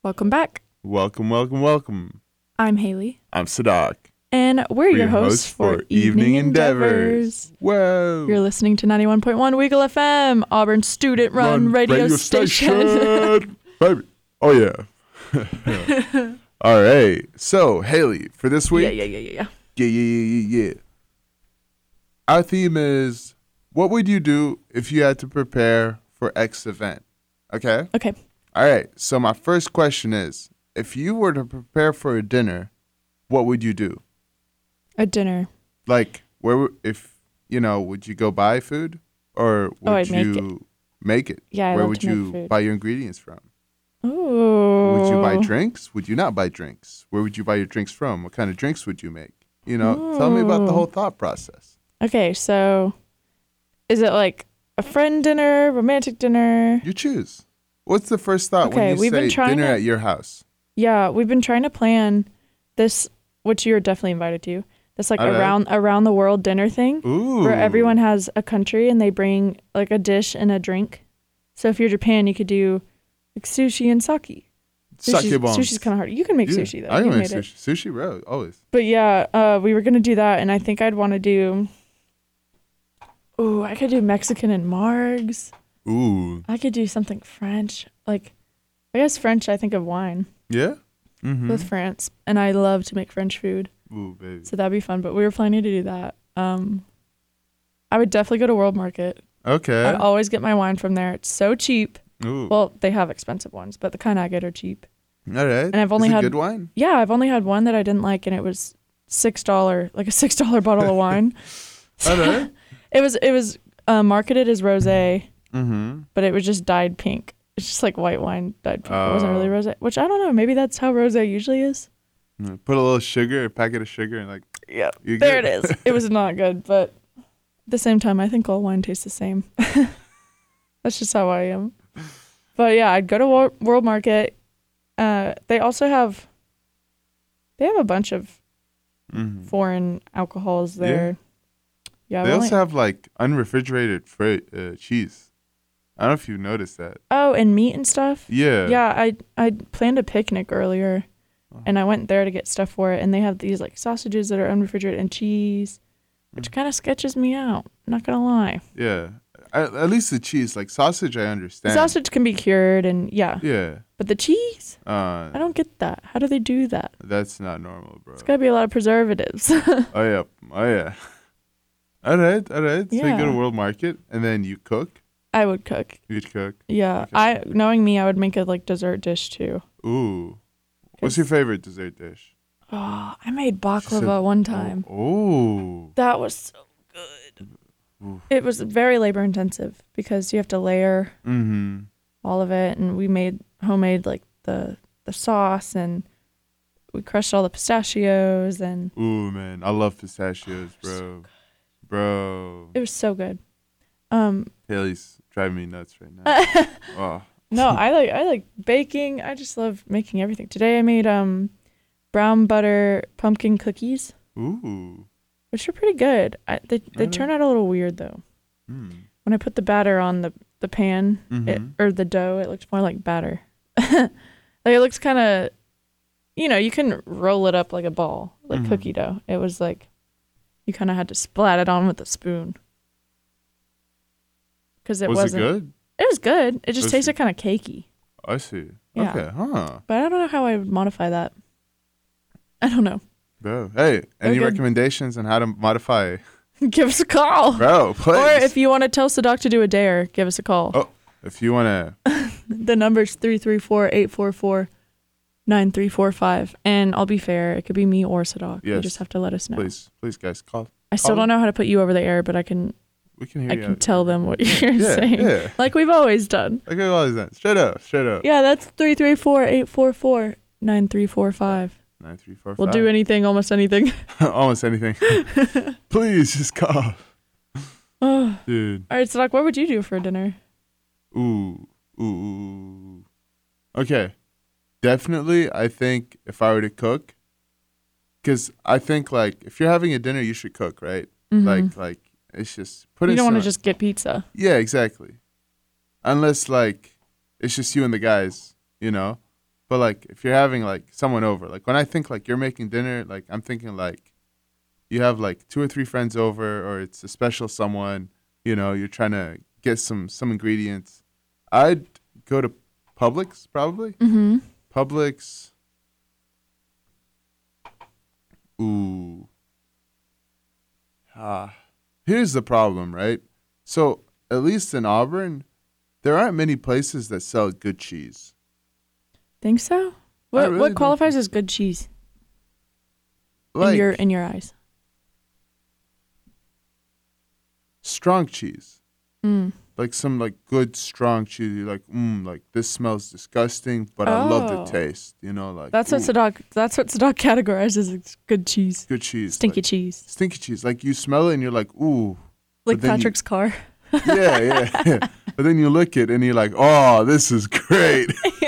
Speaker 1: Welcome back.
Speaker 2: welcome, welcome, welcome.
Speaker 1: I'm Haley,
Speaker 2: I'm Sadak.
Speaker 1: and we're,
Speaker 2: We're
Speaker 1: your hosts, for Evening Endeavors.
Speaker 2: Whoa.
Speaker 1: You're listening to 91.1 Weagle FM, Auburn student run, radio, station.
Speaker 2: station. Baby. Oh yeah. All right. So Haley, for this week,
Speaker 1: yeah, yeah, yeah, yeah, yeah.
Speaker 2: yeah, yeah, yeah, yeah, yeah. Our theme is what would you do if you had to prepare for X event? Okay.
Speaker 1: Okay.
Speaker 2: All right. So my first question is, if you were to prepare for a dinner, what would you do?
Speaker 1: A dinner.
Speaker 2: Like, where w- if you know, would you go buy food or would
Speaker 1: Oh, I'd make
Speaker 2: you make it?
Speaker 1: Yeah, I
Speaker 2: where
Speaker 1: love
Speaker 2: would
Speaker 1: to make
Speaker 2: you
Speaker 1: food.
Speaker 2: buy your ingredients from?
Speaker 1: Ooh.
Speaker 2: Would you buy drinks? Would you not buy drinks? Where would you buy your drinks from? What kind of drinks would you make? You know, tell me about the
Speaker 1: Ooh.
Speaker 2: whole thought process.
Speaker 1: Okay, so is it like a friend dinner, romantic dinner?
Speaker 2: You choose. What's the first thought
Speaker 1: Okay,
Speaker 2: when you
Speaker 1: we've
Speaker 2: say
Speaker 1: been trying
Speaker 2: dinner
Speaker 1: to-
Speaker 2: at your house?
Speaker 1: Yeah, we've been trying to plan this, which you're definitely invited to. This like
Speaker 2: All right.
Speaker 1: around around the world dinner thing,
Speaker 2: Ooh.
Speaker 1: where everyone has a country and they bring like a dish and a drink. So if you're Japan, you could do like sushi and sake.
Speaker 2: suck
Speaker 1: Sushi's-
Speaker 2: your bones.
Speaker 1: Sushi's kind of hard. You can make
Speaker 2: Yeah,
Speaker 1: sushi though.
Speaker 2: I
Speaker 1: You
Speaker 2: can make
Speaker 1: made it.
Speaker 2: sushi. Sushi, bro, always.
Speaker 1: But yeah, uh, we were gonna do that, and I think I'd want to do. Ooh, I could do Mexican and margs.
Speaker 2: Ooh.
Speaker 1: I could do something French, like I guess French. I think of wine
Speaker 2: Yeah. Mm-hmm.
Speaker 1: with France, and I love to make French food,
Speaker 2: Ooh, baby.
Speaker 1: so that'd be fun. But we were planning to do that. Um, I would definitely go to World Market. I
Speaker 2: Okay.
Speaker 1: always get my wine from there. It's so cheap.
Speaker 2: Ooh.
Speaker 1: Well, they have expensive ones, but the kind I get are cheap.
Speaker 2: All right.
Speaker 1: and I've only
Speaker 2: Is it
Speaker 1: had-
Speaker 2: good wine.
Speaker 1: Yeah, I've only had one that I didn't like, and it was six dollar, like a six dollar bottle of wine.
Speaker 2: All right.
Speaker 1: It was it was uh, marketed as rosé,
Speaker 2: mm-hmm.
Speaker 1: but it was just dyed pink. It's just like white wine dyed pink. It wasn't really
Speaker 2: Oh.
Speaker 1: rosé, which I don't know. Maybe that's how rosé usually is.
Speaker 2: Put a little sugar, a packet of sugar, and like
Speaker 1: Yeah,
Speaker 2: you
Speaker 1: there it
Speaker 2: good.
Speaker 1: is. It was not good, but at the same time, I think all wine tastes the same. that's just how I am. But yeah, I'd go to Wor- World Market. Uh, they also have they have a bunch of
Speaker 2: Mhm.
Speaker 1: foreign alcohols
Speaker 2: Yeah.
Speaker 1: there. Yeah.
Speaker 2: They
Speaker 1: I've only-
Speaker 2: also have like unrefrigerated fri- uh, cheese. I don't know if you noticed that.
Speaker 1: oh, and meat and stuff.
Speaker 2: Yeah. Uh-huh.
Speaker 1: Yeah, I I planned a picnic earlier, and I went there to get stuff for it, and they have these like sausages that are unrefrigerated and cheese,
Speaker 2: Mm.
Speaker 1: which kind of sketches me out. Not gonna lie,
Speaker 2: Yeah. At, at least the cheese, like sausage, I understand.
Speaker 1: the sausage can be cured, and yeah,
Speaker 2: Yeah.
Speaker 1: but the cheese, I
Speaker 2: Uh,
Speaker 1: don't get that. How do they do that?
Speaker 2: that's not normal, bro.
Speaker 1: It's gotta be a lot of preservatives.
Speaker 2: Oh yeah. Oh yeah. all right. All right. So you go
Speaker 1: Yeah.
Speaker 2: to World Market and then you cook.
Speaker 1: I would cook.
Speaker 2: You'd cook.
Speaker 1: Yeah,
Speaker 2: Okay.
Speaker 1: I knowing me, I would make a like dessert dish too.
Speaker 2: Ooh. What's
Speaker 1: Cause-
Speaker 2: your favorite dessert dish?
Speaker 1: Oh, I made baklava
Speaker 2: So-
Speaker 1: one time.
Speaker 2: Oh.
Speaker 1: That was so good.
Speaker 2: Oof.
Speaker 1: It was very labor intensive because you have to layer
Speaker 2: Mm-hmm.
Speaker 1: all of it, and we made homemade like the the sauce, and we crushed all the pistachios, and
Speaker 2: Ooh man, I love pistachios,
Speaker 1: Oh,
Speaker 2: bro. bro.
Speaker 1: it was so good. Um,
Speaker 2: Haley's driving me nuts right now. oh.
Speaker 1: no, I like I like baking. I just love making everything. Today I made um brown butter pumpkin cookies,
Speaker 2: Ooh.
Speaker 1: which are pretty good. I, they they
Speaker 2: Alright.
Speaker 1: turn out a little weird though.
Speaker 2: Mm.
Speaker 1: When I put the batter on the the pan, it,
Speaker 2: Mhm.
Speaker 1: or the dough, it looks more like batter. like it looks kind of, you know, you can roll it up like a ball, like
Speaker 2: Mhm.
Speaker 1: cookie dough. It was like you kind of had to splat it on with a spoon. Because it
Speaker 2: Was
Speaker 1: wasn't.
Speaker 2: it good?
Speaker 1: It was good. It just
Speaker 2: Was it-
Speaker 1: tasted kind of cakey.
Speaker 2: I see.
Speaker 1: Yeah.
Speaker 2: Okay, huh?
Speaker 1: But I don't know how I would modify that. I don't know.
Speaker 2: Bro, Hey, any
Speaker 1: good.
Speaker 2: recommendations on how to modify?
Speaker 1: give us a call.
Speaker 2: Bro, please.
Speaker 1: Or if you want to tell Sadak to do a dare, give us a call.
Speaker 2: oh, if you want to.
Speaker 1: The number's 334-844-9345. And I'll be fair, it could be me or Sadak. You
Speaker 2: Yes.
Speaker 1: just have to let us know.
Speaker 2: Please, please, guys, call.
Speaker 1: I still
Speaker 2: call.
Speaker 1: don't know how to put you over the air, but I can
Speaker 2: We can hear
Speaker 1: I
Speaker 2: you.
Speaker 1: can tell them what you're
Speaker 2: yeah,
Speaker 1: saying.
Speaker 2: yeah.
Speaker 1: Like we've always done.
Speaker 2: Like we've always done. Straight up, straight up.
Speaker 1: Yeah, that's 334-844-9345.
Speaker 2: Nine three four
Speaker 1: We'll do anything, almost anything.
Speaker 2: almost anything. please, just call,
Speaker 1: oh.
Speaker 2: dude.
Speaker 1: All right, Sadak, what would you do for dinner?
Speaker 2: Ooh, ooh, ooh, ooh. ooh. Okay, definitely. I think if I were to cook, because I think like if you're having a dinner, you should cook, right? Like, like it's just put.
Speaker 1: Mm-hmm. You
Speaker 2: in
Speaker 1: don't want to
Speaker 2: some-
Speaker 1: just get pizza.
Speaker 2: Yeah, exactly. Unless like it's just you and the guys, you know. But like if you're having like someone over, like when I think like you're making dinner, like I'm thinking like you have like two or three friends over or it's a special someone, you know, you're trying to get some some ingredients. I'd go to Publix probably.
Speaker 1: Mm-hmm.
Speaker 2: Publix. Ooh. Ah. Here's the problem, right? So, at least in Auburn, there aren't many places that sell good cheese.
Speaker 1: Think so? What
Speaker 2: really
Speaker 1: what
Speaker 2: don't
Speaker 1: qualifies as good cheese
Speaker 2: Like
Speaker 1: in your in your eyes?
Speaker 2: strong cheese.
Speaker 1: Mm.
Speaker 2: Like some like good strong cheese. You're like, mm, like this smells disgusting, but I
Speaker 1: Oh.
Speaker 2: love the taste. You know, like
Speaker 1: That's what
Speaker 2: ooh,
Speaker 1: Sadak that's what Sadak categorizes as good cheese.
Speaker 2: good cheese.
Speaker 1: Stinky
Speaker 2: like-
Speaker 1: cheese.
Speaker 2: Stinky cheese. Like you smell it and you're like, ooh, but
Speaker 1: Like
Speaker 2: then you-
Speaker 1: Patrick's car.
Speaker 2: yeah, yeah, yeah. But then you look it and you're like, oh, this is great.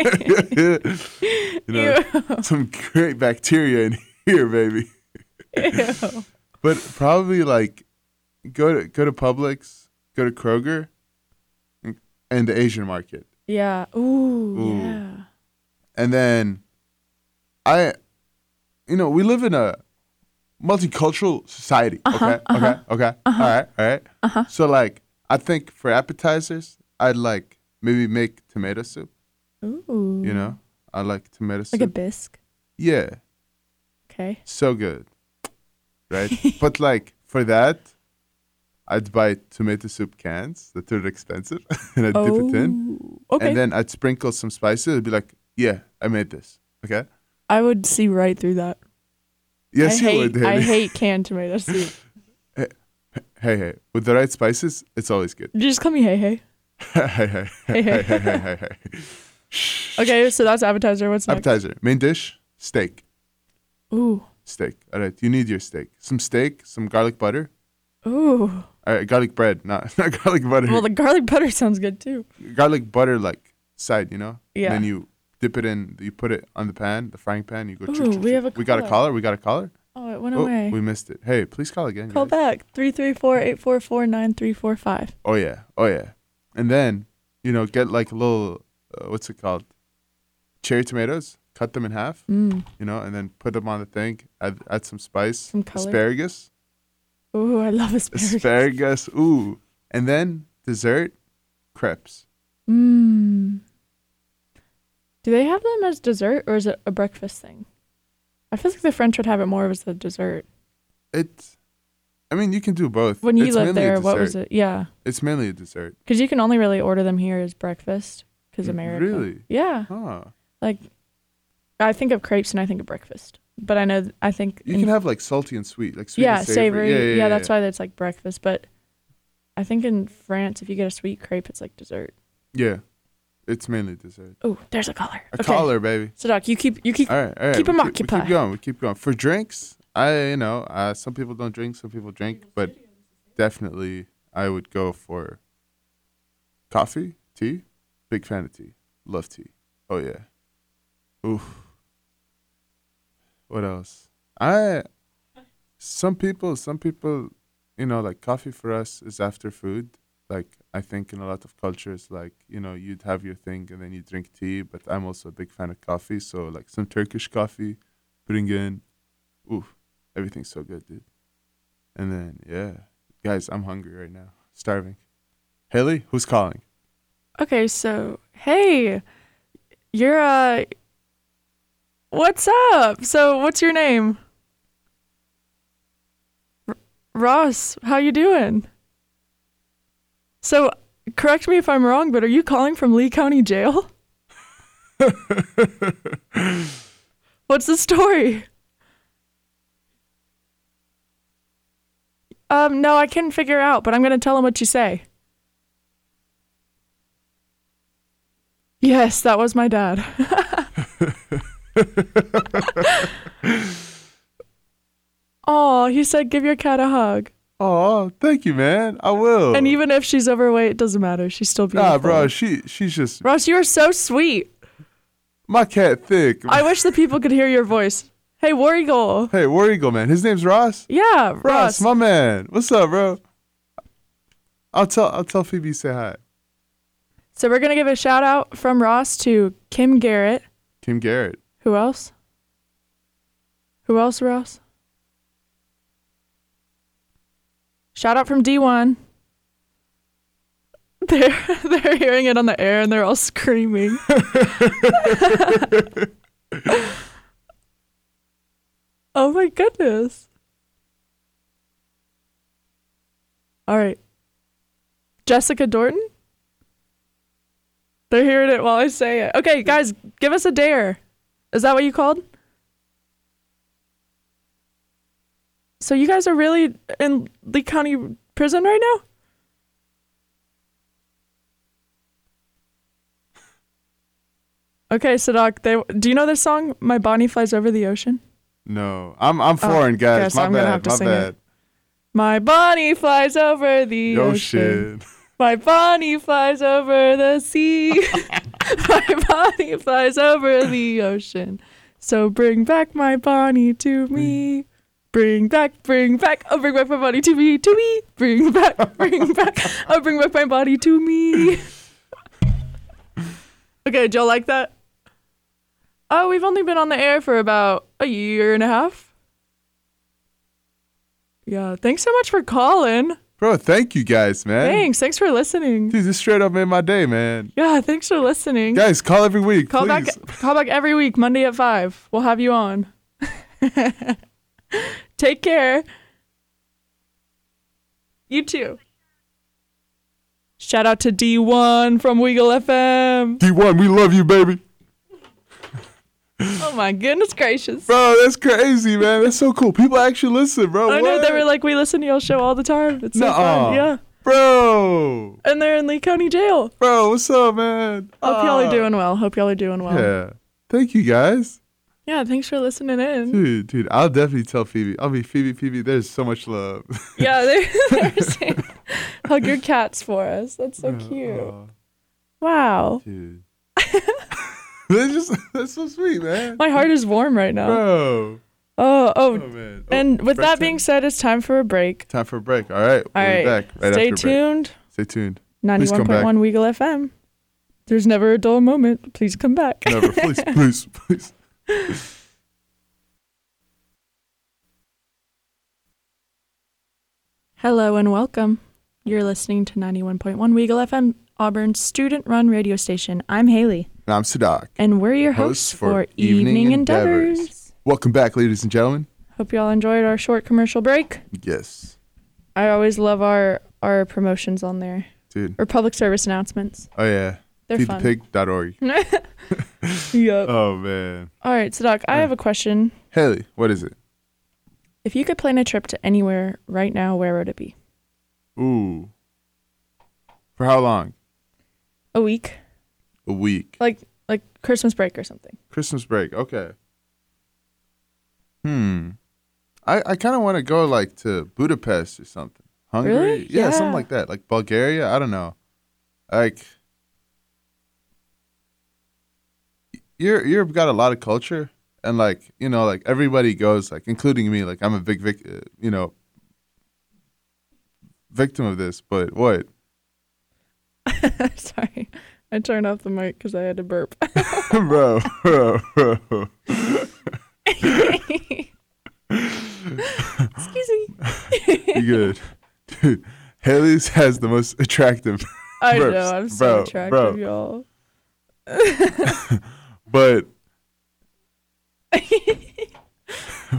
Speaker 2: you know, some great bacteria in here, baby.
Speaker 1: Ew.
Speaker 2: But probably like go to go to Publix, go to Kroger, and, and the Asian market,
Speaker 1: Yeah. Ooh,
Speaker 2: Ooh.
Speaker 1: yeah.
Speaker 2: and then I, you know, we live in a multicultural society.
Speaker 1: Uh-huh,
Speaker 2: okay, okay, okay. All right, all right. So like, I think for appetizers, I'd like maybe make tomato soup.
Speaker 1: Ooh.
Speaker 2: You know, I like tomato soup.
Speaker 1: Like a bisque.
Speaker 2: yeah,
Speaker 1: Okay.
Speaker 2: so good, right? but like for that, I'd buy tomato soup cans that are expensive, and I'd dip it in,
Speaker 1: Oh. Okay.
Speaker 2: and then I'd sprinkle some spices. I'd be like, "Yeah, I made this." Okay.
Speaker 1: I would see right through that.
Speaker 2: Yes,
Speaker 1: I
Speaker 2: you
Speaker 1: hate,
Speaker 2: would.
Speaker 1: I
Speaker 2: Haley.
Speaker 1: hate canned tomato soup.
Speaker 2: hey, hey, with the right spices, it's always good.
Speaker 1: You just call me hey hey.
Speaker 2: hey,
Speaker 1: Hey
Speaker 2: hey, hey,
Speaker 1: hey.
Speaker 2: hey, hey, hey, hey.
Speaker 1: okay, so that's appetizer. What's next?
Speaker 2: Appetizer, main dish, steak,
Speaker 1: Ooh.
Speaker 2: steak. All right, you need your steak. Some steak, some garlic butter.
Speaker 1: Ooh.
Speaker 2: All right, garlic bread, not not garlic butter.
Speaker 1: Well, the garlic butter sounds good too.
Speaker 2: garlic butter like side, you know?
Speaker 1: Yeah.
Speaker 2: And then you dip it in, you put it on the pan, the frying pan, you go.
Speaker 1: Ooh, we have a
Speaker 2: we got a
Speaker 1: caller.
Speaker 2: collar. We got a collar.
Speaker 1: Oh, it went
Speaker 2: oh,
Speaker 1: away.
Speaker 2: we missed it. Hey, please call again.
Speaker 1: Call
Speaker 2: guys.
Speaker 1: back 334 844 9345.
Speaker 2: Oh yeah, oh yeah. And then you know get like a little uh, what's it called? Cherry tomatoes. Cut them in half,
Speaker 1: Mm.
Speaker 2: you know, and then put them on the thing. Add, add some spice,
Speaker 1: Some color.
Speaker 2: asparagus,
Speaker 1: Ooh, I love asparagus.
Speaker 2: asparagus. Ooh, and then dessert, crepes.
Speaker 1: Mm. Do they have them as dessert or is it a breakfast thing? I feel like the French would have it more as a dessert.
Speaker 2: It's, I mean, you can do both.
Speaker 1: When you
Speaker 2: It's
Speaker 1: lived
Speaker 2: mainly a
Speaker 1: there, what was
Speaker 2: dessert.
Speaker 1: it? Yeah.
Speaker 2: It's mainly a dessert.
Speaker 1: Because you can only really order them here as breakfast because
Speaker 2: Mm,
Speaker 1: America.
Speaker 2: really?
Speaker 1: Yeah.
Speaker 2: Huh.
Speaker 1: Like, I think of crepes and I think of breakfast. But I know, I think.
Speaker 2: You
Speaker 1: in-
Speaker 2: can have like salty and sweet, like sweet
Speaker 1: yeah,
Speaker 2: and savory.
Speaker 1: Yeah, that's why that's like breakfast. But I think in France, if you get a sweet crepe, it's like dessert.
Speaker 2: Yeah, it's mainly dessert.
Speaker 1: Oh, there's a collar.
Speaker 2: A collar, baby.
Speaker 1: So, Doc, you keep, you keep.
Speaker 2: All right, all right.
Speaker 1: Keep
Speaker 2: we
Speaker 1: 'em
Speaker 2: we
Speaker 1: occupied.
Speaker 2: keep going. We keep going. For drinks, I you know, uh, some people don't drink, some people drink, but definitely I would go for coffee, tea. Big fan of tea. Love tea. Oh yeah. Oof. What else? I. Some people, some people, you know, like coffee for us is after food. Like I think in a lot of cultures, like you know, you'd have your thing and then you drink tea. But I'm also a big fan of coffee, so like some Turkish coffee, putting in, oof, everything's so good, dude. And then yeah, guys, I'm hungry right now, starving. Haley, who's calling?
Speaker 1: Okay, so hey, You're uh What's up? So what's your name? R- Ross, how you doing? So correct me if I'm wrong, but are you calling from Lee County Jail? what's the story? Um, no, I couldn't figure out, but I'm gonna tell him what you say. Yes, that was my dad. oh, he said, give your cat a hug.
Speaker 2: Oh, thank you, man. I will.
Speaker 1: And even if she's overweight, it doesn't matter. She's still beautiful.
Speaker 2: Nah, bro, she she's just
Speaker 1: Ross, you are so sweet.
Speaker 2: my cat thick.
Speaker 1: I wish the people could hear your voice. Hey, War Eagle.
Speaker 2: hey, War Eagle, man. His name's Ross.
Speaker 1: Yeah, Ross.
Speaker 2: Ross, my man. What's up, bro? I'll tell I'll tell Phoebe say hi.
Speaker 1: so we're going to give a shout out from Ross to Kim Garrett.
Speaker 2: Kim Garrett.
Speaker 1: Who else? Who else, Ross? Shout out from D1. They're they're hearing it on the air and they're all screaming. oh my goodness. All right. Jessica Dorton? They're hearing it while I say it. Okay, guys, give us a dare. Is that what you called? So you guys are really in Lee County prison right now? Okay, Sadak, they do you know this song? My Bonnie Flies Over the Ocean?
Speaker 2: No, I'm I'm foreign, guys.
Speaker 1: Oh, guess
Speaker 2: my
Speaker 1: I'm
Speaker 2: bad.
Speaker 1: gonna have to
Speaker 2: my
Speaker 1: sing it.
Speaker 2: bad.
Speaker 1: My Bonnie flies over the
Speaker 2: Yo,
Speaker 1: ocean.
Speaker 2: shit.
Speaker 1: My Bonnie flies over the sea. my Bonnie flies over the ocean. So bring back my Bonnie to me. Bring back, bring back, oh bring back my body to me, to me. Bring back, bring back, oh bring back my body to me. okay, did y'all like that? Oh, we've only been on the air for about a year and a half. Yeah, thanks so much for calling.
Speaker 2: Bro, thank you guys, man.
Speaker 1: Thanks, thanks for listening.
Speaker 2: Dude, this straight up made my day, man.
Speaker 1: Yeah, thanks for listening.
Speaker 2: Guys, call every week.
Speaker 1: call
Speaker 2: please.
Speaker 1: back call back every week, Monday at five. We'll have you on. Take care. You too. Shout out to D1 from Weagle FM.
Speaker 2: D1, we love you, baby.
Speaker 1: Oh my goodness gracious.
Speaker 2: Bro, that's crazy, man. That's so cool. People actually listen, bro.
Speaker 1: I know they
Speaker 2: What?
Speaker 1: were like, we listen to your show all the time. It's so
Speaker 2: Nuh-uh.
Speaker 1: fun. Yeah.
Speaker 2: Bro,
Speaker 1: And they're in Lee County Jail.
Speaker 2: bro, what's up, man?
Speaker 1: Hope y'all
Speaker 2: Ah.
Speaker 1: are doing well. Hope y'all are doing well.
Speaker 2: Yeah. Thank you, guys.
Speaker 1: yeah thanks for listening in.
Speaker 2: Dude, dude, I'll definitely tell Phoebe. I'll be Phoebe, Phoebe. There's so much love.
Speaker 1: Yeah, they they're saying, hug your cats for us. That's so cute.
Speaker 2: Aw,
Speaker 1: Wow.
Speaker 2: Oh, dude. that's just that's so sweet, man.
Speaker 1: My heart is warm right now.
Speaker 2: Bro.
Speaker 1: Oh,
Speaker 2: Oh
Speaker 1: oh.
Speaker 2: man. Oh,
Speaker 1: And with
Speaker 2: break
Speaker 1: that
Speaker 2: time.
Speaker 1: being said, it's time for a break.
Speaker 2: time for a break. All right.
Speaker 1: All
Speaker 2: we'll
Speaker 1: right.
Speaker 2: be back right
Speaker 1: Stay
Speaker 2: after a break.
Speaker 1: tuned.
Speaker 2: Stay tuned. Please come back.
Speaker 1: 91.1 Weagle FM. There's never a dull moment. Please come back.
Speaker 2: Never, please, please, please.
Speaker 1: Hello and welcome. You're listening to 91.1 Weagle FM, Auburn's student run radio station. I'm Haley,
Speaker 2: And I'm Sadak.
Speaker 1: and we're your hosts,
Speaker 2: Hosts
Speaker 1: for,
Speaker 2: for
Speaker 1: Evening,
Speaker 2: Evening
Speaker 1: Endeavors.
Speaker 2: Endeavors. Welcome back, ladies and gentlemen.
Speaker 1: Hope you all enjoyed our short commercial break.
Speaker 2: Yes.
Speaker 1: I always love our our promotions on there
Speaker 2: Dude.
Speaker 1: or public service announcements.
Speaker 2: Oh yeah.
Speaker 1: They're fun.
Speaker 2: Feedthepig.org.
Speaker 1: Yep.
Speaker 2: Oh man.
Speaker 1: All right, Sadak, I have a question.
Speaker 2: Haley, what is it?
Speaker 1: If you could plan a trip to anywhere right now, where would it be?
Speaker 2: Ooh. For how long?
Speaker 1: A week,
Speaker 2: A week.
Speaker 1: like like Christmas break or something.
Speaker 2: Christmas break. Okay. Hmm. I, I kind of want to go like to Budapest or something. Hungary?
Speaker 1: Really?
Speaker 2: Yeah,
Speaker 1: Yeah.
Speaker 2: something like that. Like Bulgaria? I don't know. Like Europe, Europe got a lot of culture and like, you know, like everybody goes like including me, like I'm a big vic- uh, you know, victim of this, but what?
Speaker 1: Sorry, I turned off the mic because I had to burp.
Speaker 2: bro, bro, bro.
Speaker 1: Excuse me.
Speaker 2: You good. Dude, Haley's has the most attractive
Speaker 1: I
Speaker 2: Burps,
Speaker 1: know I'm so
Speaker 2: bro,
Speaker 1: attractive,
Speaker 2: bro.
Speaker 1: y'all.
Speaker 2: But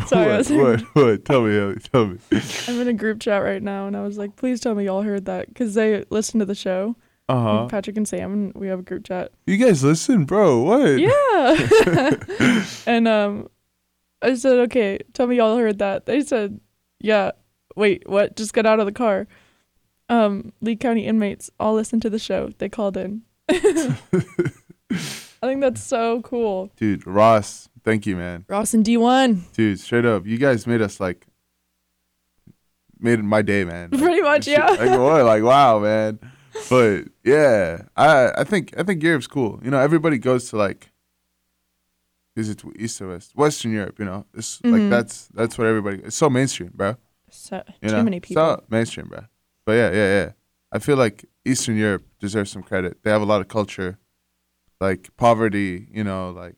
Speaker 1: Sorry, I
Speaker 2: what,
Speaker 1: was-
Speaker 2: what, what? Tell me, Ellie, tell me.
Speaker 1: I'm in a group chat right now, and I was like, please tell me y'all heard that because they listen to the show.
Speaker 2: Uh huh.
Speaker 1: Patrick and Sam, and we have a group chat.
Speaker 2: You guys listen, bro. What?
Speaker 1: Yeah. and um, I said, okay, tell me y'all heard that. They said, yeah. Wait, what? Just get out of the car. Um, Lee County inmates all listen to the show. They called in. I think that's so cool.
Speaker 2: Dude, Ross, thank you, man.
Speaker 1: Ross and D1.
Speaker 2: Dude, straight up, you guys made us like made my day, man. Like,
Speaker 1: Pretty much,
Speaker 2: shit,
Speaker 1: yeah.
Speaker 2: Like what? Like wow, man. But yeah, I I think I think Europe's cool. You know, everybody goes to like is it east or west? Western Europe. You know, it's like
Speaker 1: Mhm.
Speaker 2: that's that's what everybody. It's so mainstream, bro.
Speaker 1: So,
Speaker 2: You
Speaker 1: too
Speaker 2: know?
Speaker 1: many people.
Speaker 2: So mainstream, bro. But yeah, yeah, yeah. I feel like Eastern Europe deserves some credit. They have a lot of culture, like poverty. You know, like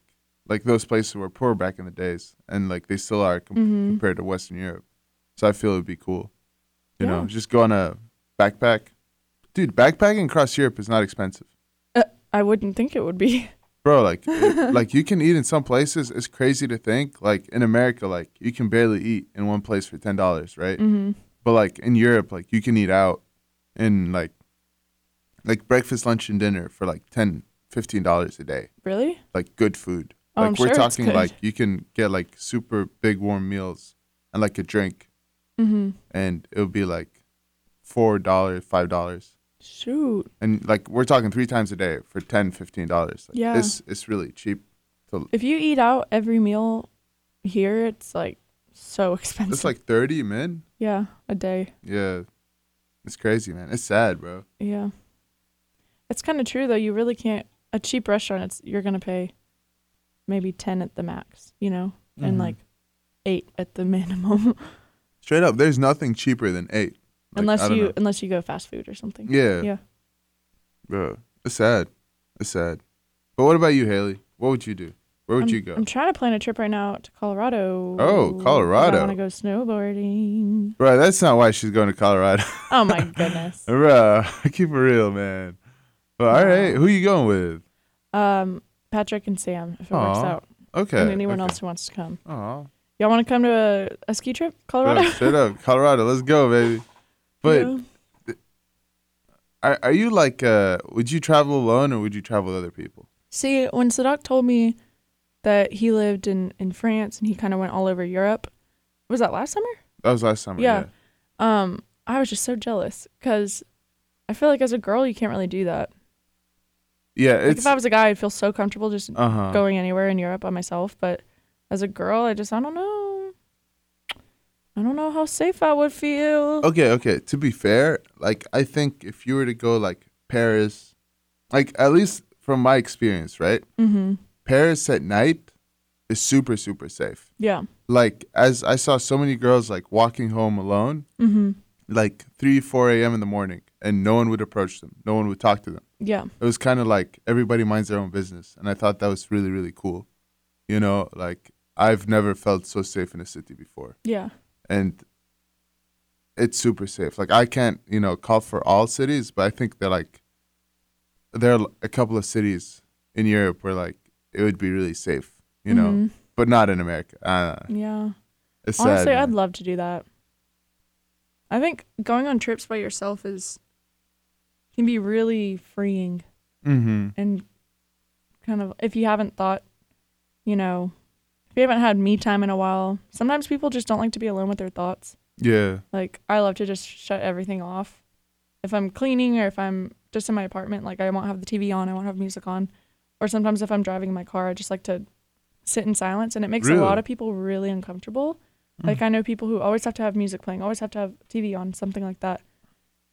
Speaker 2: like those places were poor back in the days, and like they still are com-
Speaker 1: Mhm.
Speaker 2: compared to Western Europe. So I feel it'd be cool. You know,
Speaker 1: Yeah.
Speaker 2: just go on a backpack, dude. Backpacking across Europe is not expensive,
Speaker 1: I wouldn't think it would be.
Speaker 2: bro. Like, it- like you can eat in some places. It's crazy to think. Like in America, like you can barely eat in one place for ten dollars, right?
Speaker 1: Mm-hmm.
Speaker 2: But like in Europe, like you can eat out and like like breakfast, lunch, and dinner for like 10 dollars a day.
Speaker 1: Really?
Speaker 2: Like good food.
Speaker 1: Oh,
Speaker 2: like
Speaker 1: I'm
Speaker 2: we're
Speaker 1: sure it's
Speaker 2: talking
Speaker 1: good.
Speaker 2: like you can get like super big warm meals and like a drink
Speaker 1: Mm-hmm.
Speaker 2: and it'll be like four dollars, five dollars.
Speaker 1: Shoot.
Speaker 2: And like we're talking three times a day for 10 dollars. Like,
Speaker 1: Yeah.
Speaker 2: It's it's really cheap. So
Speaker 1: If you eat out every meal here, it's like so expensive.
Speaker 2: it's like thirty, man.
Speaker 1: yeah, a day.
Speaker 2: Yeah. It's crazy, man. It's sad, bro.
Speaker 1: Yeah. It's kind of true though. You really can't a cheap restaurant. It's you're gonna pay maybe ten at the max, you know, and
Speaker 2: Mhm.
Speaker 1: like eight at the minimum,
Speaker 2: Straight up, there's nothing cheaper than eight. Like, I
Speaker 1: unless
Speaker 2: don't
Speaker 1: you
Speaker 2: know.
Speaker 1: unless you go fast food or something.
Speaker 2: Yeah.
Speaker 1: Yeah.
Speaker 2: Bro, it's sad. It's sad. But what about you, Haley? What would you do? Where would
Speaker 1: I'm,
Speaker 2: you go? Oh,
Speaker 1: I'm trying to plan a trip right now to Colorado. 'cause
Speaker 2: Colorado.
Speaker 1: I want to go snowboarding.
Speaker 2: Bro, that's not why she's going to Colorado.
Speaker 1: Oh my goodness.
Speaker 2: Bro, keep it real, man. But all right, who you going with?
Speaker 1: Um, Patrick and Sam, if it works
Speaker 2: Oh. Aw,
Speaker 1: out,
Speaker 2: Okay.
Speaker 1: and anyone else who wants to come.
Speaker 2: Oh,
Speaker 1: Y'all want to come to a, a ski trip, Colorado?
Speaker 2: straight up, Colorado. Let's go, baby. But
Speaker 1: Yeah.
Speaker 2: are, are you like, uh, would you travel alone or would you travel with other people?
Speaker 1: See, when Sadak told me that he lived in, in France and he kind of went all over Europe, was that last summer?
Speaker 2: That was last summer.
Speaker 1: Yeah. Um, I was just so jealous because I feel like as a girl you can't really do that.
Speaker 2: Yeah,
Speaker 1: Like
Speaker 2: it's
Speaker 1: if I was a guy, I'd feel so comfortable just
Speaker 2: uh-huh.
Speaker 1: going anywhere in Europe by myself. But as a girl, I just I don't know. I don't know how safe I would feel.
Speaker 2: Okay, okay. To be fair, like I think if you were to go like Paris, like at least from my experience, right?
Speaker 1: Mm-hmm.
Speaker 2: Paris at night is super super safe.
Speaker 1: Yeah.
Speaker 2: Like as I saw so many girls like walking home alone,
Speaker 1: Mm-hmm.
Speaker 2: like three four a.m. in the morning, and no one would approach them, no one would talk to them.
Speaker 1: Yeah.
Speaker 2: It was kind of like everybody minds their own business, and I thought that was really really cool. You know, like I've never felt so safe in a city before
Speaker 1: Yeah.
Speaker 2: and it's super safe. Like I can't, you know, call for all cities, but I think that like there are a couple of cities in Europe where like it would be really safe, you know,
Speaker 1: Mhm.
Speaker 2: but not in America. I don't know.
Speaker 1: Yeah.
Speaker 2: It's sad.
Speaker 1: Honestly, I'd
Speaker 2: man.
Speaker 1: love to do that. I think going on trips by yourself is can be really freeing
Speaker 2: Mhm.
Speaker 1: and kind of if you haven't thought, you know, if you haven't had me time in a while. Sometimes people just don't like to be alone with their thoughts.
Speaker 2: Mm-hmm. Yeah.
Speaker 1: Like I love to just shut everything off. If I'm cleaning or if I'm just in my apartment, like I won't have the TV on, I won't have music on. Or sometimes if I'm driving in my car, I just like to sit in silence and it makes a
Speaker 2: Really? Hmm.
Speaker 1: lot of people really uncomfortable. Like I know people who always have to have music playing, always have to have TV on, something like that.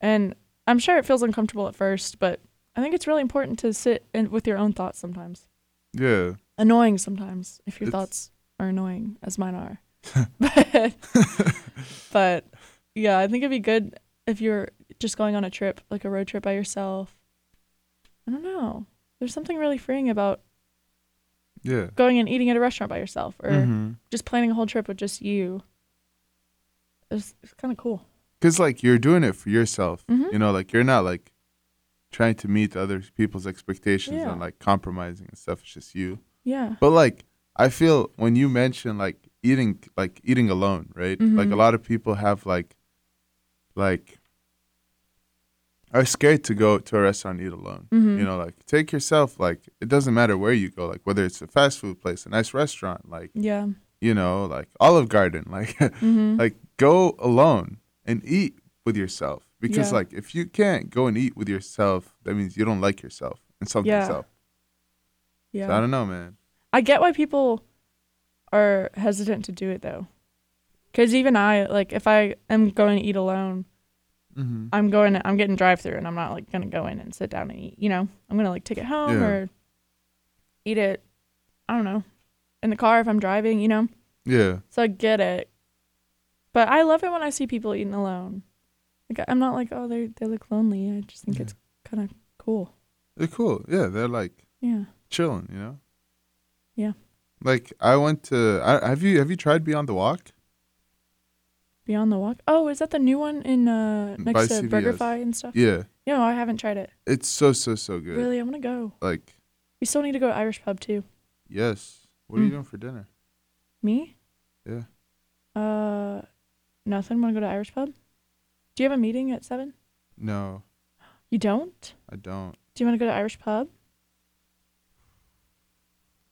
Speaker 1: And I'm sure it feels uncomfortable at first, but I think it's really important to sit in with your own thoughts sometimes.
Speaker 2: Yeah.
Speaker 1: Annoying sometimes if your
Speaker 2: It's-
Speaker 1: thoughts are annoying as mine are. but but yeah, I think it'd be good if you're just going on a trip, like a road trip by yourself. I don't know. There's something really freeing about
Speaker 2: Yeah.
Speaker 1: going and eating at a restaurant by yourself or
Speaker 2: Mhm.
Speaker 1: just planning a whole trip with just you. It's, it's kind of cool.
Speaker 2: Cuz like you're doing it for yourself.
Speaker 1: Mhm.
Speaker 2: You know, like you're not like trying to meet other people's expectations
Speaker 1: Yeah.
Speaker 2: and like compromising and stuff. It's just you.
Speaker 1: Yeah.
Speaker 2: But like I feel when you mention like eating like eating alone, right?
Speaker 1: Mm-hmm.
Speaker 2: Like a lot of people have like like are scared to go to a restaurant and eat alone.
Speaker 1: Mm-hmm.
Speaker 2: You know, like take yourself like it doesn't matter where you go, like whether it's a fast food place, a nice restaurant, like
Speaker 1: Yeah. Mm-hmm.
Speaker 2: you know, like Olive Garden, like like go alone and eat with yourself. Because
Speaker 1: Yeah.
Speaker 2: like if you can't go and eat with yourself, that means you don't like yourself and something's
Speaker 1: Yeah.
Speaker 2: up.
Speaker 1: Yeah.
Speaker 2: So I don't know, man.
Speaker 1: I get why people are hesitant to do it though. Cuz even I like if I am going to eat alone,
Speaker 2: Mm-hmm.
Speaker 1: I'm going I'm getting drive through and I'm not like going to go in and sit down and eat, you know. I'm going to like take it home
Speaker 2: Yeah.
Speaker 1: or eat it I don't know in the car if I'm driving, you know.
Speaker 2: Yeah.
Speaker 1: So I get it. But I love it when I see people eating alone. Like I'm not like, "Oh, they they look lonely." I just think
Speaker 2: Yeah.
Speaker 1: it's kind of cool.
Speaker 2: They're cool. Yeah, they're like
Speaker 1: Yeah.
Speaker 2: chilling, you know.
Speaker 1: Yeah.
Speaker 2: Like I went to. I, have you have you tried Beyond the Walk?
Speaker 1: Beyond the Walk. Oh, is that the new one in uh next
Speaker 2: By
Speaker 1: to
Speaker 2: CVS.
Speaker 1: BurgerFi and stuff?
Speaker 2: Yeah,
Speaker 1: No, I haven't tried it.
Speaker 2: it's so so so good.
Speaker 1: Really, I want to go.
Speaker 2: Like
Speaker 1: We still need to go to Irish pub too.
Speaker 2: yes. What are you
Speaker 1: Mm.
Speaker 2: doing for dinner?
Speaker 1: Me?
Speaker 2: Yeah.
Speaker 1: Uh, nothing. Want to go to Irish pub? Do you have a meeting at seven?
Speaker 2: No,
Speaker 1: You don't.
Speaker 2: I don't.
Speaker 1: Do you want to go to Irish pub?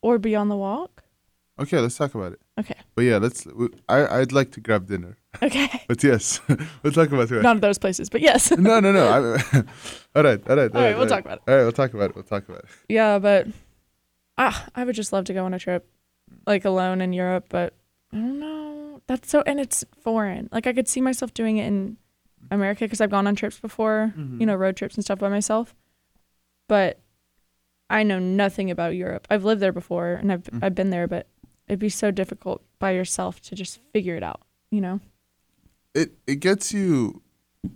Speaker 1: Or Beyond the Walk?
Speaker 2: Okay, let's talk about it.
Speaker 1: Okay.
Speaker 2: But yeah, let's. w- I I'd like to grab dinner.
Speaker 1: Okay.
Speaker 2: But yes, let's talk about it.
Speaker 1: None of those places, but yes.
Speaker 2: no, no, no. I, all right, all right, all right.
Speaker 1: All right, we'll talk about it.
Speaker 2: All right, we'll talk about it. We'll talk about it.
Speaker 1: Yeah, but ah, I would just love to go on a trip, like alone in Europe. But I don't know. That's so, and it's foreign. Like I could see myself doing it in America because I've gone on trips before,
Speaker 2: Mhm.
Speaker 1: you know, road trips and stuff by myself. But I know nothing about Europe. I've lived there before and I've
Speaker 2: Mm.
Speaker 1: I've been there, but it'd be so difficult by yourself to just figure it out. You know?
Speaker 2: It it gets you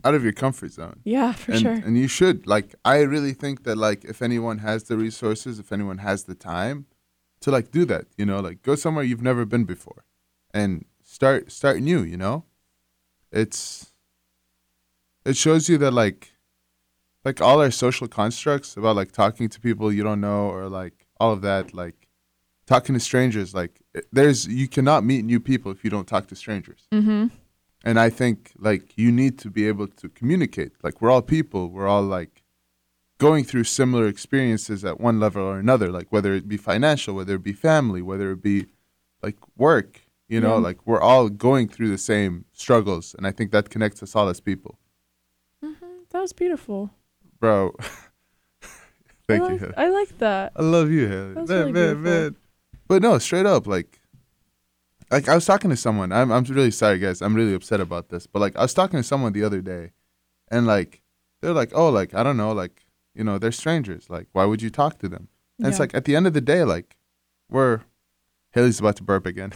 Speaker 2: out of your comfort zone.
Speaker 1: Yeah, for
Speaker 2: and,
Speaker 1: sure.
Speaker 2: and you should like i really think that like if anyone has the resources if anyone has the time to like do that you know like go somewhere you've never been before and start start new you know it's it shows you that like like all our social constructs about like talking to people you don't know or like all of that like talking to strangers like it- there's you cannot meet new people if you don't talk to strangers
Speaker 1: mm-hmm.
Speaker 2: and i think like you need to be able to communicate like we're all people we're all like going through similar experiences at one level or another like whether it be financial whether it be family whether it be like work you know
Speaker 1: Yeah.
Speaker 2: like we're all going through the same struggles and i think that connects us all as people
Speaker 1: That was beautiful.
Speaker 2: bro thank
Speaker 1: I
Speaker 2: you
Speaker 1: like,
Speaker 2: Haley.
Speaker 1: I like that.
Speaker 2: I love you, Haley.
Speaker 1: That was
Speaker 2: man,
Speaker 1: really
Speaker 2: man,
Speaker 1: beautiful.
Speaker 2: man. But no, straight up, like, like I was talking to someone. I'm, I'm really sorry, guys. I'm really upset about this. But like, I was talking to someone the other day, and like, they're like, oh, like I don't know, like you know, they're strangers. Like, why would you talk to them? And it's
Speaker 1: Yeah.
Speaker 2: like at the end of the day, like, we're Haley's about to burp again.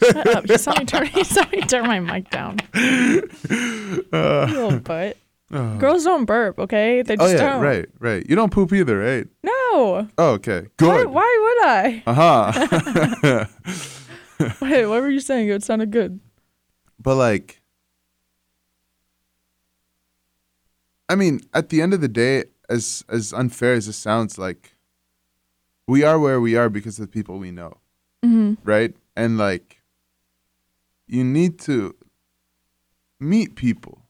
Speaker 1: Shut up. You saw me turn. You saw me turn my mic down.
Speaker 2: Uh,
Speaker 1: You little butt. Girls don't burp, okay? They
Speaker 2: oh
Speaker 1: just
Speaker 2: yeah,
Speaker 1: don't.
Speaker 2: right, right. You don't poop either, right?
Speaker 1: No.
Speaker 2: Oh, okay,
Speaker 1: Why,
Speaker 2: good.
Speaker 1: why would I?
Speaker 2: Uh huh.
Speaker 1: Wait, what were you saying? It sounded good.
Speaker 2: But like, I mean, at the end of the day, as as unfair as this sounds, like, we are where we are because of the people we know,
Speaker 1: Mm-hmm.
Speaker 2: right? And like, you need to meet people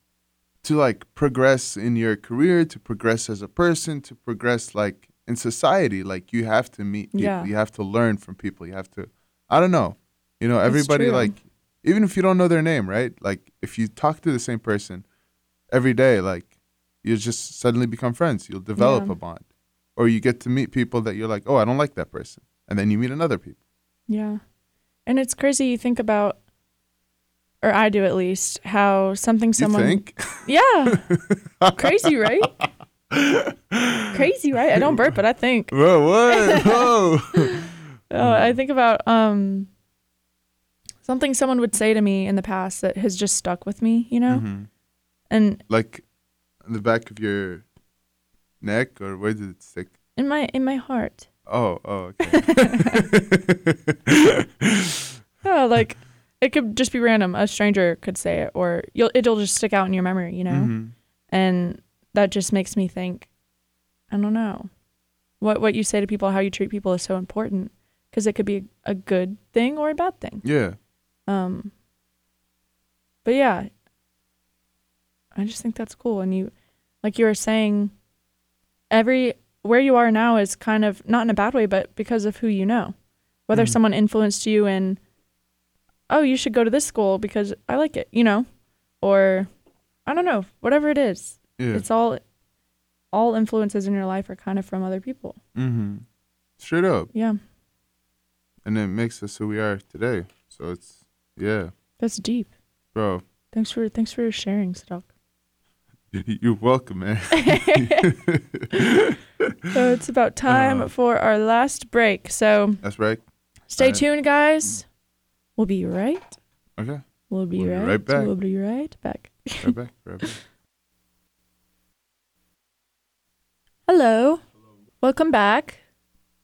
Speaker 2: to like progress in your career, to progress as a person, to progress like in society. Like, you have to meet people.
Speaker 1: Yeah.
Speaker 2: You have to learn from people. You have to, I don't know, you know, everybody
Speaker 1: true.
Speaker 2: like even if you don't know their name, right? Like if you talk to the same person every day, like you just suddenly become friends. You'll develop
Speaker 1: Yeah.
Speaker 2: a bond. Or you get to meet people that you're like, Oh, I don't like that person. And then you meet another people.
Speaker 1: Yeah. And it's crazy you think about, or I do at least, how something someone.
Speaker 2: You think?
Speaker 1: Yeah. crazy, right? crazy, right? I don't burp, but I think.
Speaker 2: Whoa, what? Whoa.
Speaker 1: Oh, I think about um something someone would say to me in the past that has just stuck with me, you know?
Speaker 2: Mhm.
Speaker 1: And
Speaker 2: Like in the back of your neck or where did it stick?
Speaker 1: in my in my heart.
Speaker 2: Oh, oh okay.
Speaker 1: Yeah, like it could just be random. A stranger could say it, or you'll it'll just stick out in your memory, you know.
Speaker 2: Mhm.
Speaker 1: And that just makes me think. I don't know. What what you say to people, how you treat people, is so important. because it could be a good thing or a bad thing.
Speaker 2: Yeah.
Speaker 1: Um, but yeah, I just think that's cool. And you, like you were saying, every where you are now is kind of not in a bad way, but because of who you know, whether
Speaker 2: Mhm.
Speaker 1: someone influenced you in, oh, you should go to this school because I like it, you know, or I don't know, whatever it is,
Speaker 2: Yeah.
Speaker 1: it's all, all influences in your life are kind of from other people.
Speaker 2: mm-hmm. Straight up.
Speaker 1: Yeah,
Speaker 2: And it makes us who we are today. So it's, yeah.
Speaker 1: that's deep.
Speaker 2: Bro,
Speaker 1: Thanks for thanks for sharing, Stock.
Speaker 2: you're welcome, man.
Speaker 1: So it's about time
Speaker 2: Uh,
Speaker 1: for our last break. So
Speaker 2: That's right.
Speaker 1: stay
Speaker 2: Right.
Speaker 1: tuned, guys. We'll be right.
Speaker 2: Okay.
Speaker 1: We'll be
Speaker 2: We'll be
Speaker 1: right.
Speaker 2: right back.
Speaker 1: We'll be right back.
Speaker 2: Right back. Right back.
Speaker 1: Hello. Welcome back.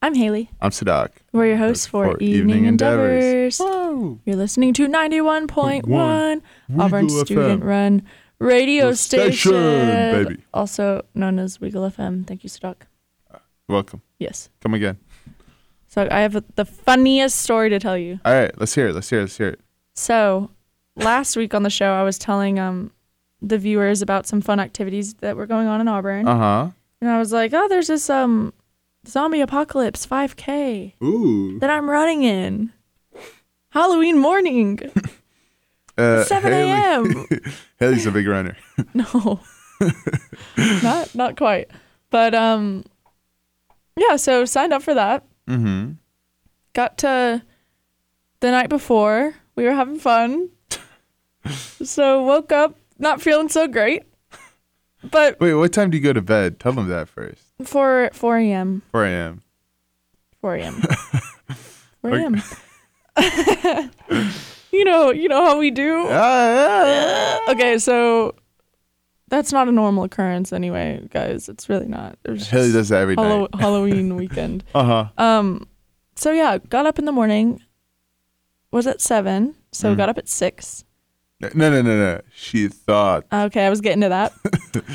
Speaker 1: I'm Haley.
Speaker 2: I'm Sadak.
Speaker 1: We're your hosts for, Evening Endeavors.
Speaker 2: Whoa.
Speaker 1: You're listening to 91.1 Auburn
Speaker 2: Wiggle
Speaker 1: Student
Speaker 2: FM.
Speaker 1: Run Radio
Speaker 2: The
Speaker 1: Station,
Speaker 2: station, baby.
Speaker 1: also known as Wiggle FM. Thank you, Stock.
Speaker 2: Welcome.
Speaker 1: Yes.
Speaker 2: Come again.
Speaker 1: So I have the funniest story to tell you.
Speaker 2: All right. Let's hear it. Let's hear it. Let's hear it.
Speaker 1: So, last week on the show, I was telling um the viewers about some fun activities that were going on in Auburn,
Speaker 2: Uh huh.
Speaker 1: and I was like, "Oh, there's this um zombie apocalypse 5K
Speaker 2: Ooh.
Speaker 1: that I'm running in Halloween morning,
Speaker 2: Uh,
Speaker 1: 7
Speaker 2: Haley-
Speaker 1: a.m."
Speaker 2: Haley's a big runner.
Speaker 1: no, not not quite, but um, yeah. So signed up for that.
Speaker 2: Mm-hmm.
Speaker 1: got to the night before. We were having fun. so woke up not feeling so great. But
Speaker 2: Wait, what time do you go to bed? Tell them that first.
Speaker 1: for 4 a.m.
Speaker 2: 4 a.m.
Speaker 1: 4 a.m. 4 a.m. you know, you know how we do.
Speaker 2: Ah, yeah.
Speaker 1: Okay, so that's not a normal occurrence anyway, guys. It's really not. It was
Speaker 2: Haley
Speaker 1: just
Speaker 2: does that every
Speaker 1: Hallow-
Speaker 2: night.
Speaker 1: Halloween weekend.
Speaker 2: Uh huh.
Speaker 1: Um, so yeah, got up in the morning. Was at seven, so got up at six.
Speaker 2: No, no, no, no. She thought.
Speaker 1: Okay, I was getting to that.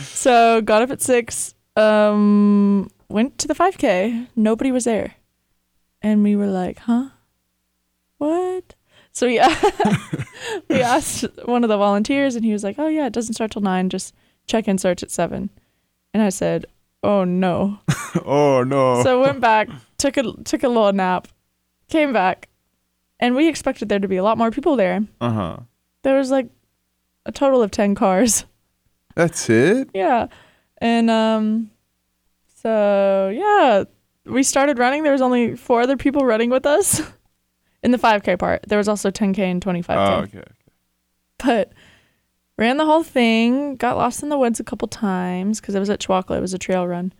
Speaker 1: so got up at six, um, went to the 5K. Nobody was there. And we were like, huh? What? So we, we asked one of the volunteers, and he was like, oh, yeah, it doesn't start till nine. Just check in starts at seven. And I said, oh, no.
Speaker 2: Oh no.
Speaker 1: So went back, took a, took a little nap, came back, and we expected there to be a lot more people there.
Speaker 2: uh huh.
Speaker 1: There was like a total of 10 cars.
Speaker 2: That's it.
Speaker 1: Yeah. And um so yeah, we started running. There was only four other people running with us in the 5k part. There was also 10k and 25k.
Speaker 2: Oh, okay.
Speaker 1: But ran the whole thing, got lost in the woods a couple times cuz it was at Chihuahua. It was a trail run.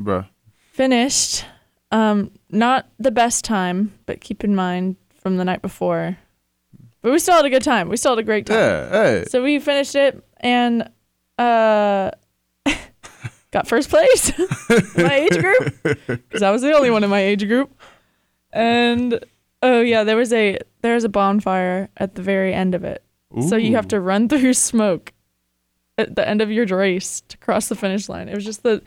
Speaker 2: Bro.
Speaker 1: Finished um not the best time, but keep in mind from the night before. But we still had a good time. We still had a great time.
Speaker 2: Yeah. Hey.
Speaker 1: So we finished it and uh, got first place in my age group because I was the only one in my age group. And oh yeah, there was a there was a bonfire at the very end of it, so you have
Speaker 2: Ooh.
Speaker 1: to run through smoke at the end of your race to cross the finish line. It was just the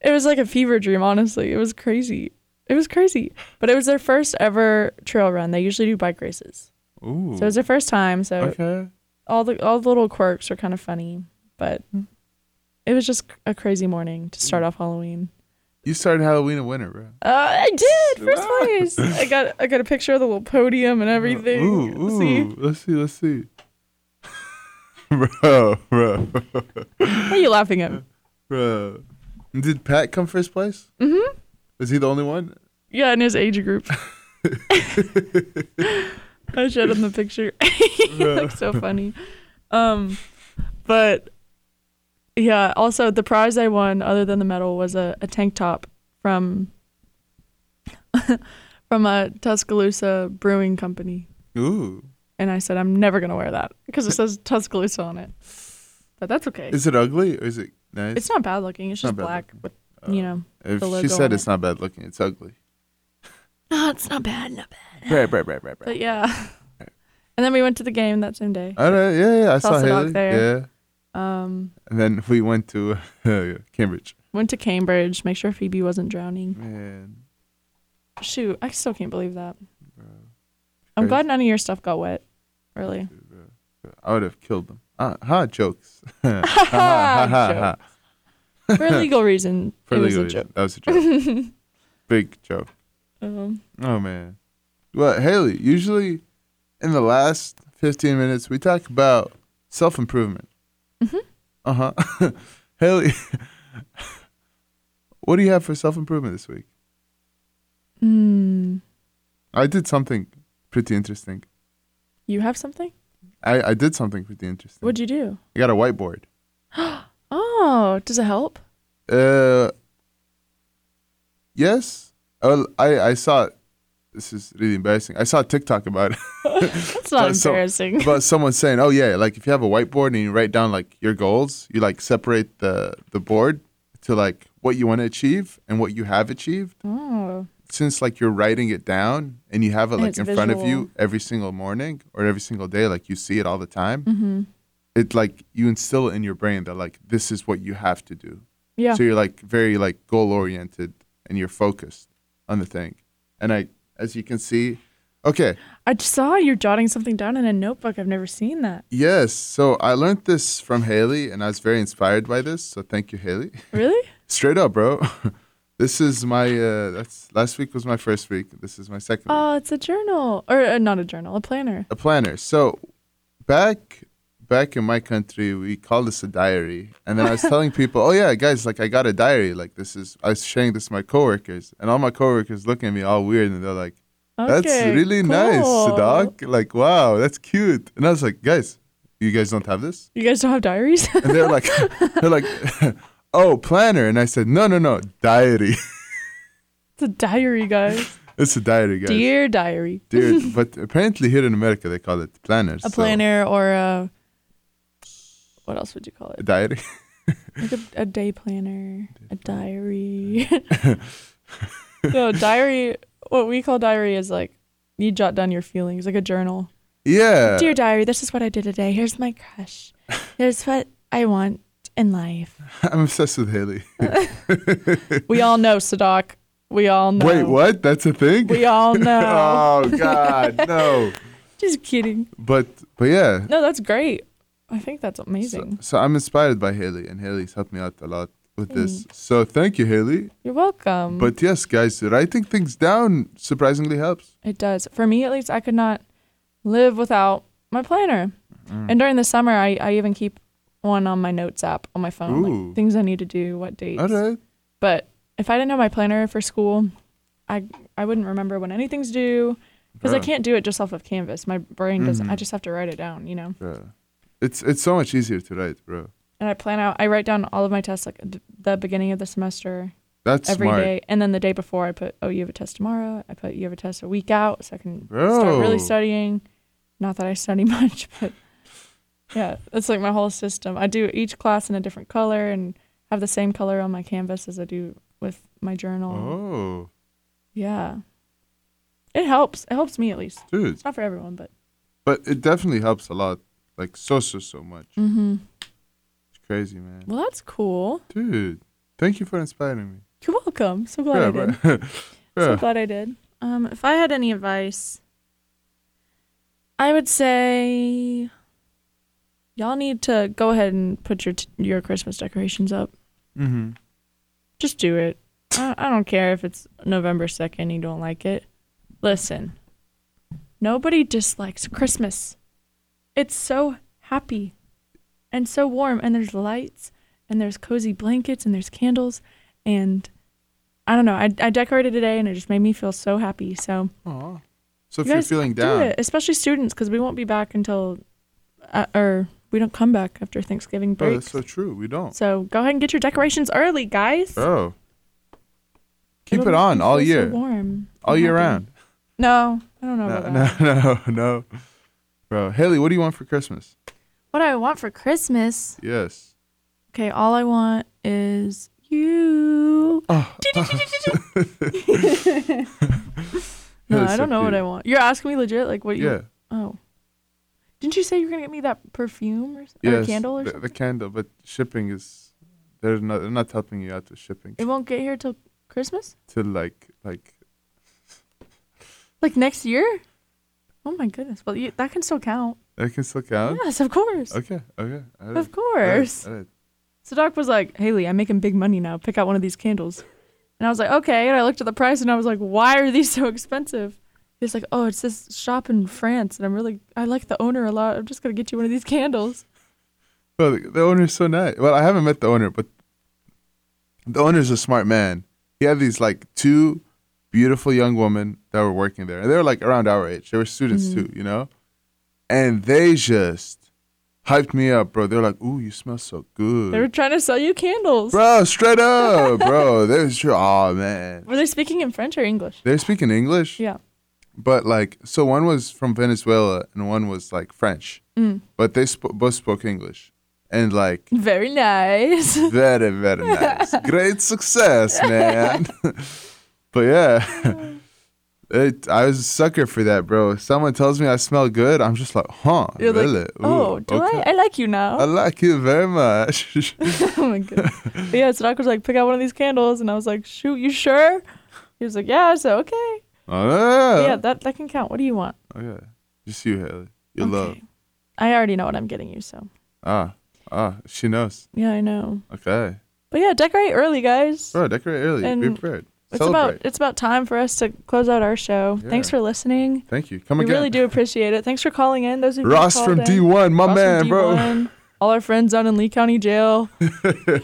Speaker 1: it was like a fever dream, honestly. It was crazy. It was crazy, but it was their first ever trail run. They usually do bike races,
Speaker 2: Ooh.
Speaker 1: so it was their first time. So
Speaker 2: okay.
Speaker 1: all the all the little quirks are kind of funny, but it was just a crazy morning to start off Halloween.
Speaker 2: You started Halloween a winner, bro.
Speaker 1: Mm. Uh, I did first place. I got I got a picture of the little podium and everything.
Speaker 2: Uh, Ooh, ooh.
Speaker 1: See,
Speaker 2: Let's see. Let's see. bro, bro,
Speaker 1: what are you laughing at?
Speaker 2: bro. Did Pat come first place?
Speaker 1: Mm-hmm.
Speaker 2: Is he the only one?
Speaker 1: Yeah, in his age group. I showed him the picture. he looked so funny. Um, but yeah. Also, the prize I won, other than the medal, was a, a tank top from from a Tuscaloosa brewing company.
Speaker 2: Ooh.
Speaker 1: And I said, I'm never gonna wear that because it says Tuscaloosa on it. But that's okay. It's,
Speaker 2: Is it ugly or is it nice?
Speaker 1: not bad looking. It's
Speaker 2: not
Speaker 1: just
Speaker 2: bad
Speaker 1: black with
Speaker 2: Uh,
Speaker 1: you know.
Speaker 2: If
Speaker 1: the
Speaker 2: she
Speaker 1: logo
Speaker 2: said
Speaker 1: on
Speaker 2: it's
Speaker 1: it.
Speaker 2: not bad looking, it's ugly.
Speaker 1: No, it's not bad. Not bad.
Speaker 2: Right, right, right, right, Uh.
Speaker 1: But
Speaker 2: right.
Speaker 1: yeah. And then we went to the game that same day.
Speaker 2: All right, yeah, yeah. I saw
Speaker 1: Toss it out
Speaker 2: Haley.
Speaker 1: there.
Speaker 2: Yeah.
Speaker 1: Um,
Speaker 2: And then we went to uh, Cambridge.
Speaker 1: went to Cambridge. Make sure Phoebe wasn't drowning.
Speaker 2: Man.
Speaker 1: Shoot, I still can't believe that. I'm glad none of your stuff got wet. Really.
Speaker 2: I would have killed them. Ah, ha, jokes.
Speaker 1: Joke. For legal reason,
Speaker 2: For
Speaker 1: it was
Speaker 2: legal
Speaker 1: a joke.
Speaker 2: reason. That was a joke. Big joke.
Speaker 1: Um,
Speaker 2: Oh man. Well, Haley, usually in the last 15 minutes we talk about self-improvement.
Speaker 1: Mm-hmm.
Speaker 2: Mhm. Uh-huh. Haley, what do you have for self-improvement this week?
Speaker 1: mm,
Speaker 2: I did something pretty interesting.
Speaker 1: you have something?
Speaker 2: I, I did something pretty interesting.
Speaker 1: What'd you do?
Speaker 2: I got a whiteboard.
Speaker 1: Oh, does it help?
Speaker 2: Uh Yes. Well, I I saw this is really embarrassing. I saw a TikTok about it.
Speaker 1: That's not
Speaker 2: Uh, so-
Speaker 1: embarrassing.
Speaker 2: but someone saying, "Oh yeah, like if you have a whiteboard and you write down like your goals, you like separate the the board to like what you want to achieve and what you have achieved.
Speaker 1: oh,
Speaker 2: Since like you're writing it down and you have it
Speaker 1: And
Speaker 2: like
Speaker 1: it's
Speaker 2: in front of you
Speaker 1: visual.
Speaker 2: every single morning or every single day, like you see it all the time.
Speaker 1: Mm-hmm.
Speaker 2: It like you instill it in your brain that like this is what you have to do.
Speaker 1: yeah.
Speaker 2: So you're like very like goal oriented and you're focused on the thing. And I, as you can see, okay.
Speaker 1: I just saw you're jotting something down in a notebook. I've never seen that.
Speaker 2: Yes. So I learned this from Haley, and I was very inspired by this. So thank you, Haley.
Speaker 1: Really?
Speaker 2: Straight up, bro. this is my. Uh, that's last week was my first week. This is my second. week.
Speaker 1: Oh, it's a journal, or uh, not a journal, a planner.
Speaker 2: A planner. So back back in my country, we call this a diary. And then I was telling people, oh yeah, guys, like I got a diary. Like this is. I was sharing this to my coworkers, and all my coworkers looking at me all weird, and they're like. That's
Speaker 1: Okay,
Speaker 2: really nice,
Speaker 1: cool.
Speaker 2: Sadak. Like, wow, that's cute. And I was like, guys, you guys don't have this?
Speaker 1: You guys don't have diaries?
Speaker 2: and they're like they're like oh planner and i said no no no diary
Speaker 1: it's a diary, guys.
Speaker 2: it's a diary guys
Speaker 1: Dear diary,
Speaker 2: Dear- but apparently here in america they call it planners
Speaker 1: a
Speaker 2: so-
Speaker 1: planner or a what else would you call
Speaker 2: a
Speaker 1: it?
Speaker 2: diary
Speaker 1: Like a, a day planner, a diary. no diary. What we call diary is like you jot down your feelings, like a journal.
Speaker 2: yeah
Speaker 1: Dear diary, this is what I did today. Here's my crush. Here's what I want in life.
Speaker 2: i'm obsessed with haley
Speaker 1: We all know, Sadak. We all know.
Speaker 2: wait what that's a thing
Speaker 1: We all know.
Speaker 2: oh god no
Speaker 1: Just kidding.
Speaker 2: but but yeah
Speaker 1: No, that's great. I think that's
Speaker 2: so,
Speaker 1: amazing. Mm.
Speaker 2: so i'm inspired by haley and haley's helped me out a lot with this so thank you haley
Speaker 1: You're welcome.
Speaker 2: but yes guys writing things down surprisingly helps
Speaker 1: It does. For me, at least, I could not live without my planner.
Speaker 2: Mm.
Speaker 1: And during the summer, I, I even keep one on my notes app on my phone, like,
Speaker 2: Ooh.
Speaker 1: things I need to do, what dates.
Speaker 2: all right
Speaker 1: But if I didn't have my planner for school, I I wouldn't remember when anything's due because I
Speaker 2: Yeah.
Speaker 1: can't do it just off of Canvas. My brain doesn't.
Speaker 2: Mm-hmm.
Speaker 1: I just have to write it down, you know.
Speaker 2: yeah. it's it's so much easier to write bro
Speaker 1: And I plan out. I write down all of my tests like at th- the beginning of the semester,
Speaker 2: that's
Speaker 1: every day,
Speaker 2: smart
Speaker 1: and then the day before I put, oh, you have a test tomorrow. I put, you have a test a week out, so I can start
Speaker 2: Bro.
Speaker 1: really studying. Not that I study much, but yeah, that's like my whole system. I do each class in a different color and have the same color on my canvas as I do with my journal.
Speaker 2: Oh,
Speaker 1: Yeah, it helps. It helps me at least.
Speaker 2: dude.
Speaker 1: It's not for everyone, but
Speaker 2: But it definitely helps a lot. Like, so, so, so much.
Speaker 1: Mm.
Speaker 2: Mm-hmm. It's crazy, man.
Speaker 1: well, that's cool.
Speaker 2: Dude, thank you for inspiring me.
Speaker 1: You're welcome. So glad I did.
Speaker 2: bro.
Speaker 1: So
Speaker 2: Yeah.
Speaker 1: glad I did. Um, if I had any advice, I would say y'all need to go ahead and put your t- your Christmas decorations up.
Speaker 2: Mm-hmm.
Speaker 1: Just do it. I, I don't care if it's November second. You don't like it. Listen, nobody dislikes Christmas. It's so happy and so warm, and there's lights, and there's cozy blankets, and there's candles, and I don't know. I, I decorated today, and it just made me feel so happy. So
Speaker 2: Aw. So, if
Speaker 1: you
Speaker 2: you're
Speaker 1: guys
Speaker 2: feeling
Speaker 1: do
Speaker 2: down, oh,
Speaker 1: it, especially students, because we won't be back until, uh, or we don't come back after Thanksgiving
Speaker 2: oh,
Speaker 1: break.
Speaker 2: that's so true. We don't.
Speaker 1: so go ahead and get your decorations early, guys.
Speaker 2: Bro, keep
Speaker 1: It'll
Speaker 2: it
Speaker 1: make
Speaker 2: on
Speaker 1: you
Speaker 2: all
Speaker 1: feel so
Speaker 2: year,
Speaker 1: warm.
Speaker 2: all
Speaker 1: and
Speaker 2: year
Speaker 1: happy.
Speaker 2: round.
Speaker 1: No, I don't know
Speaker 2: No,
Speaker 1: about
Speaker 2: no,
Speaker 1: that.
Speaker 2: no, no. Bro, Haley, what do you want for Christmas?
Speaker 1: What I want for Christmas?
Speaker 2: Yes.
Speaker 1: Okay, all I want is you.
Speaker 2: Oh,
Speaker 1: No,
Speaker 2: That's
Speaker 1: I
Speaker 2: so
Speaker 1: don't know what
Speaker 2: cute.
Speaker 1: I want. You're asking me legit, like what you?
Speaker 2: yeah.
Speaker 1: Oh. Didn't you say you were gonna get me that perfume or, s- or
Speaker 2: Yes.
Speaker 1: a candle or
Speaker 2: the,
Speaker 1: something?
Speaker 2: the candle, but shipping is, they're not, they're not helping you out with shipping.
Speaker 1: It won't get here till Christmas.
Speaker 2: to like like
Speaker 1: Like next year? Oh my goodness. Well, you, that can still count.
Speaker 2: That can still count.
Speaker 1: Yes, of course.
Speaker 2: Okay. Okay. All
Speaker 1: Of
Speaker 2: right, all right,
Speaker 1: course.
Speaker 2: all right.
Speaker 1: So Doc was like, Haley, I'm making big money now. Pick out one of these candles. And I was like, okay. And I looked at the price and I was like, why are these so expensive? He's like, oh, it's this shop in France. And I'm really, I like the owner a lot. I'm just going to get you one of these candles.
Speaker 2: Well, the, the owner's so nice. Well, I haven't met the owner, but the owner's a smart man. He had these like two beautiful young women that were working there, and they were like around our age. They were students
Speaker 1: Mm-hmm.
Speaker 2: too, you know. And they just hyped me up, bro. They're like, "Ooh, you smell so good,
Speaker 1: They were trying to sell you candles.
Speaker 2: bro." Straight up, bro. They was true. Oh man,
Speaker 1: Were they speaking in French or English?
Speaker 2: they're speaking English.
Speaker 1: Yeah.
Speaker 2: But like, so one was from Venezuela and one was like French,
Speaker 1: Mm.
Speaker 2: but they sp- both spoke English. And like,
Speaker 1: Very nice.
Speaker 2: very, very nice. Great success, man. but yeah, it, I was a sucker for that, bro. If someone tells me I smell good, I'm just like, huh,
Speaker 1: You're like,
Speaker 2: really? Ooh,
Speaker 1: oh, do I? I like you now.
Speaker 2: I like you very much.
Speaker 1: oh my god. But yeah, so Doc was like, pick out one of these candles. And I was like, shoot, you sure? He was like, yeah. So, okay.
Speaker 2: oh,
Speaker 1: Yeah, that, that can count. What do you want?
Speaker 2: Okay. Just you, Haley. You love.
Speaker 1: I already know what I'm getting you, so.
Speaker 2: Ah, ah, she knows.
Speaker 1: Yeah, I know.
Speaker 2: Okay.
Speaker 1: But yeah, decorate early, guys.
Speaker 2: Bro, decorate early. Be
Speaker 1: And
Speaker 2: prepared.
Speaker 1: It's
Speaker 2: Celebrate.
Speaker 1: about it's about time for us to close out our show.
Speaker 2: Yeah.
Speaker 1: Thanks for listening.
Speaker 2: Thank you. Come
Speaker 1: we
Speaker 2: again.
Speaker 1: really do appreciate it. Thanks for calling in. Those of you who
Speaker 2: Ross
Speaker 1: called
Speaker 2: from
Speaker 1: in.
Speaker 2: D1, my
Speaker 1: Ross from
Speaker 2: man, bro.
Speaker 1: D1, All our friends down in Lee County Jail.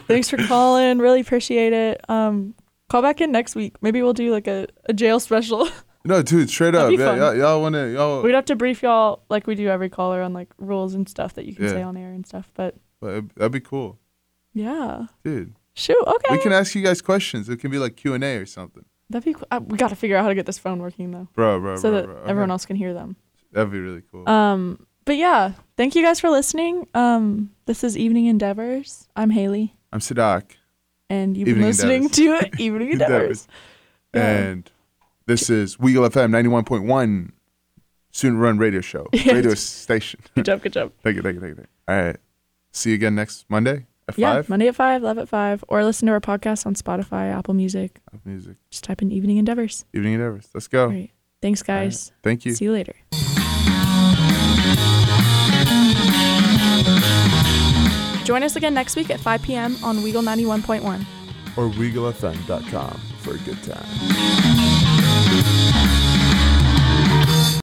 Speaker 1: Thanks for calling. Really appreciate it. Um, call back in next week. Maybe we'll do like a, a jail special.
Speaker 2: No, dude, straight up.
Speaker 1: That'd be
Speaker 2: Yeah,
Speaker 1: fun.
Speaker 2: y'all, y'all wanna y'all
Speaker 1: We'd have to brief y'all like we do every caller on like rules and stuff that you can
Speaker 2: Yeah.
Speaker 1: say on air and stuff. But
Speaker 2: that'd that'd be cool.
Speaker 1: yeah,
Speaker 2: Dude.
Speaker 1: shoot. Okay,
Speaker 2: We can ask you guys questions. It can be like Q and A or something.
Speaker 1: that'd be. Cool. Uh, we got to figure out how to get this phone working though,
Speaker 2: Bro, bro,
Speaker 1: so
Speaker 2: bro,
Speaker 1: that
Speaker 2: bro.
Speaker 1: everyone else can hear them.
Speaker 2: That'd be really cool.
Speaker 1: Um, but yeah, thank you guys for listening. Um, this is Evening Endeavors. I'm Haley,
Speaker 2: I'm Sadak.
Speaker 1: and you've
Speaker 2: Evening
Speaker 1: been listening to Evening Endeavors. Yeah.
Speaker 2: And this is Weagle FM ninety one point one student run radio show.
Speaker 1: Yes.
Speaker 2: Radio station.
Speaker 1: Good job, good job.
Speaker 2: thank you, thank you, thank you. All right. See you again next Monday at
Speaker 1: Yeah,
Speaker 2: five.
Speaker 1: Monday at five, Love at five, or listen to our podcast on Spotify, Apple Music.
Speaker 2: Music.
Speaker 1: Just type in Evening Endeavors.
Speaker 2: Evening at Everest. Let's go.
Speaker 1: All right. Thanks, guys.
Speaker 2: Thank you.
Speaker 1: See you later. Join us again next week at 5 p.m. on Weagle 91.1.
Speaker 2: or WeagleFM.com for a good time.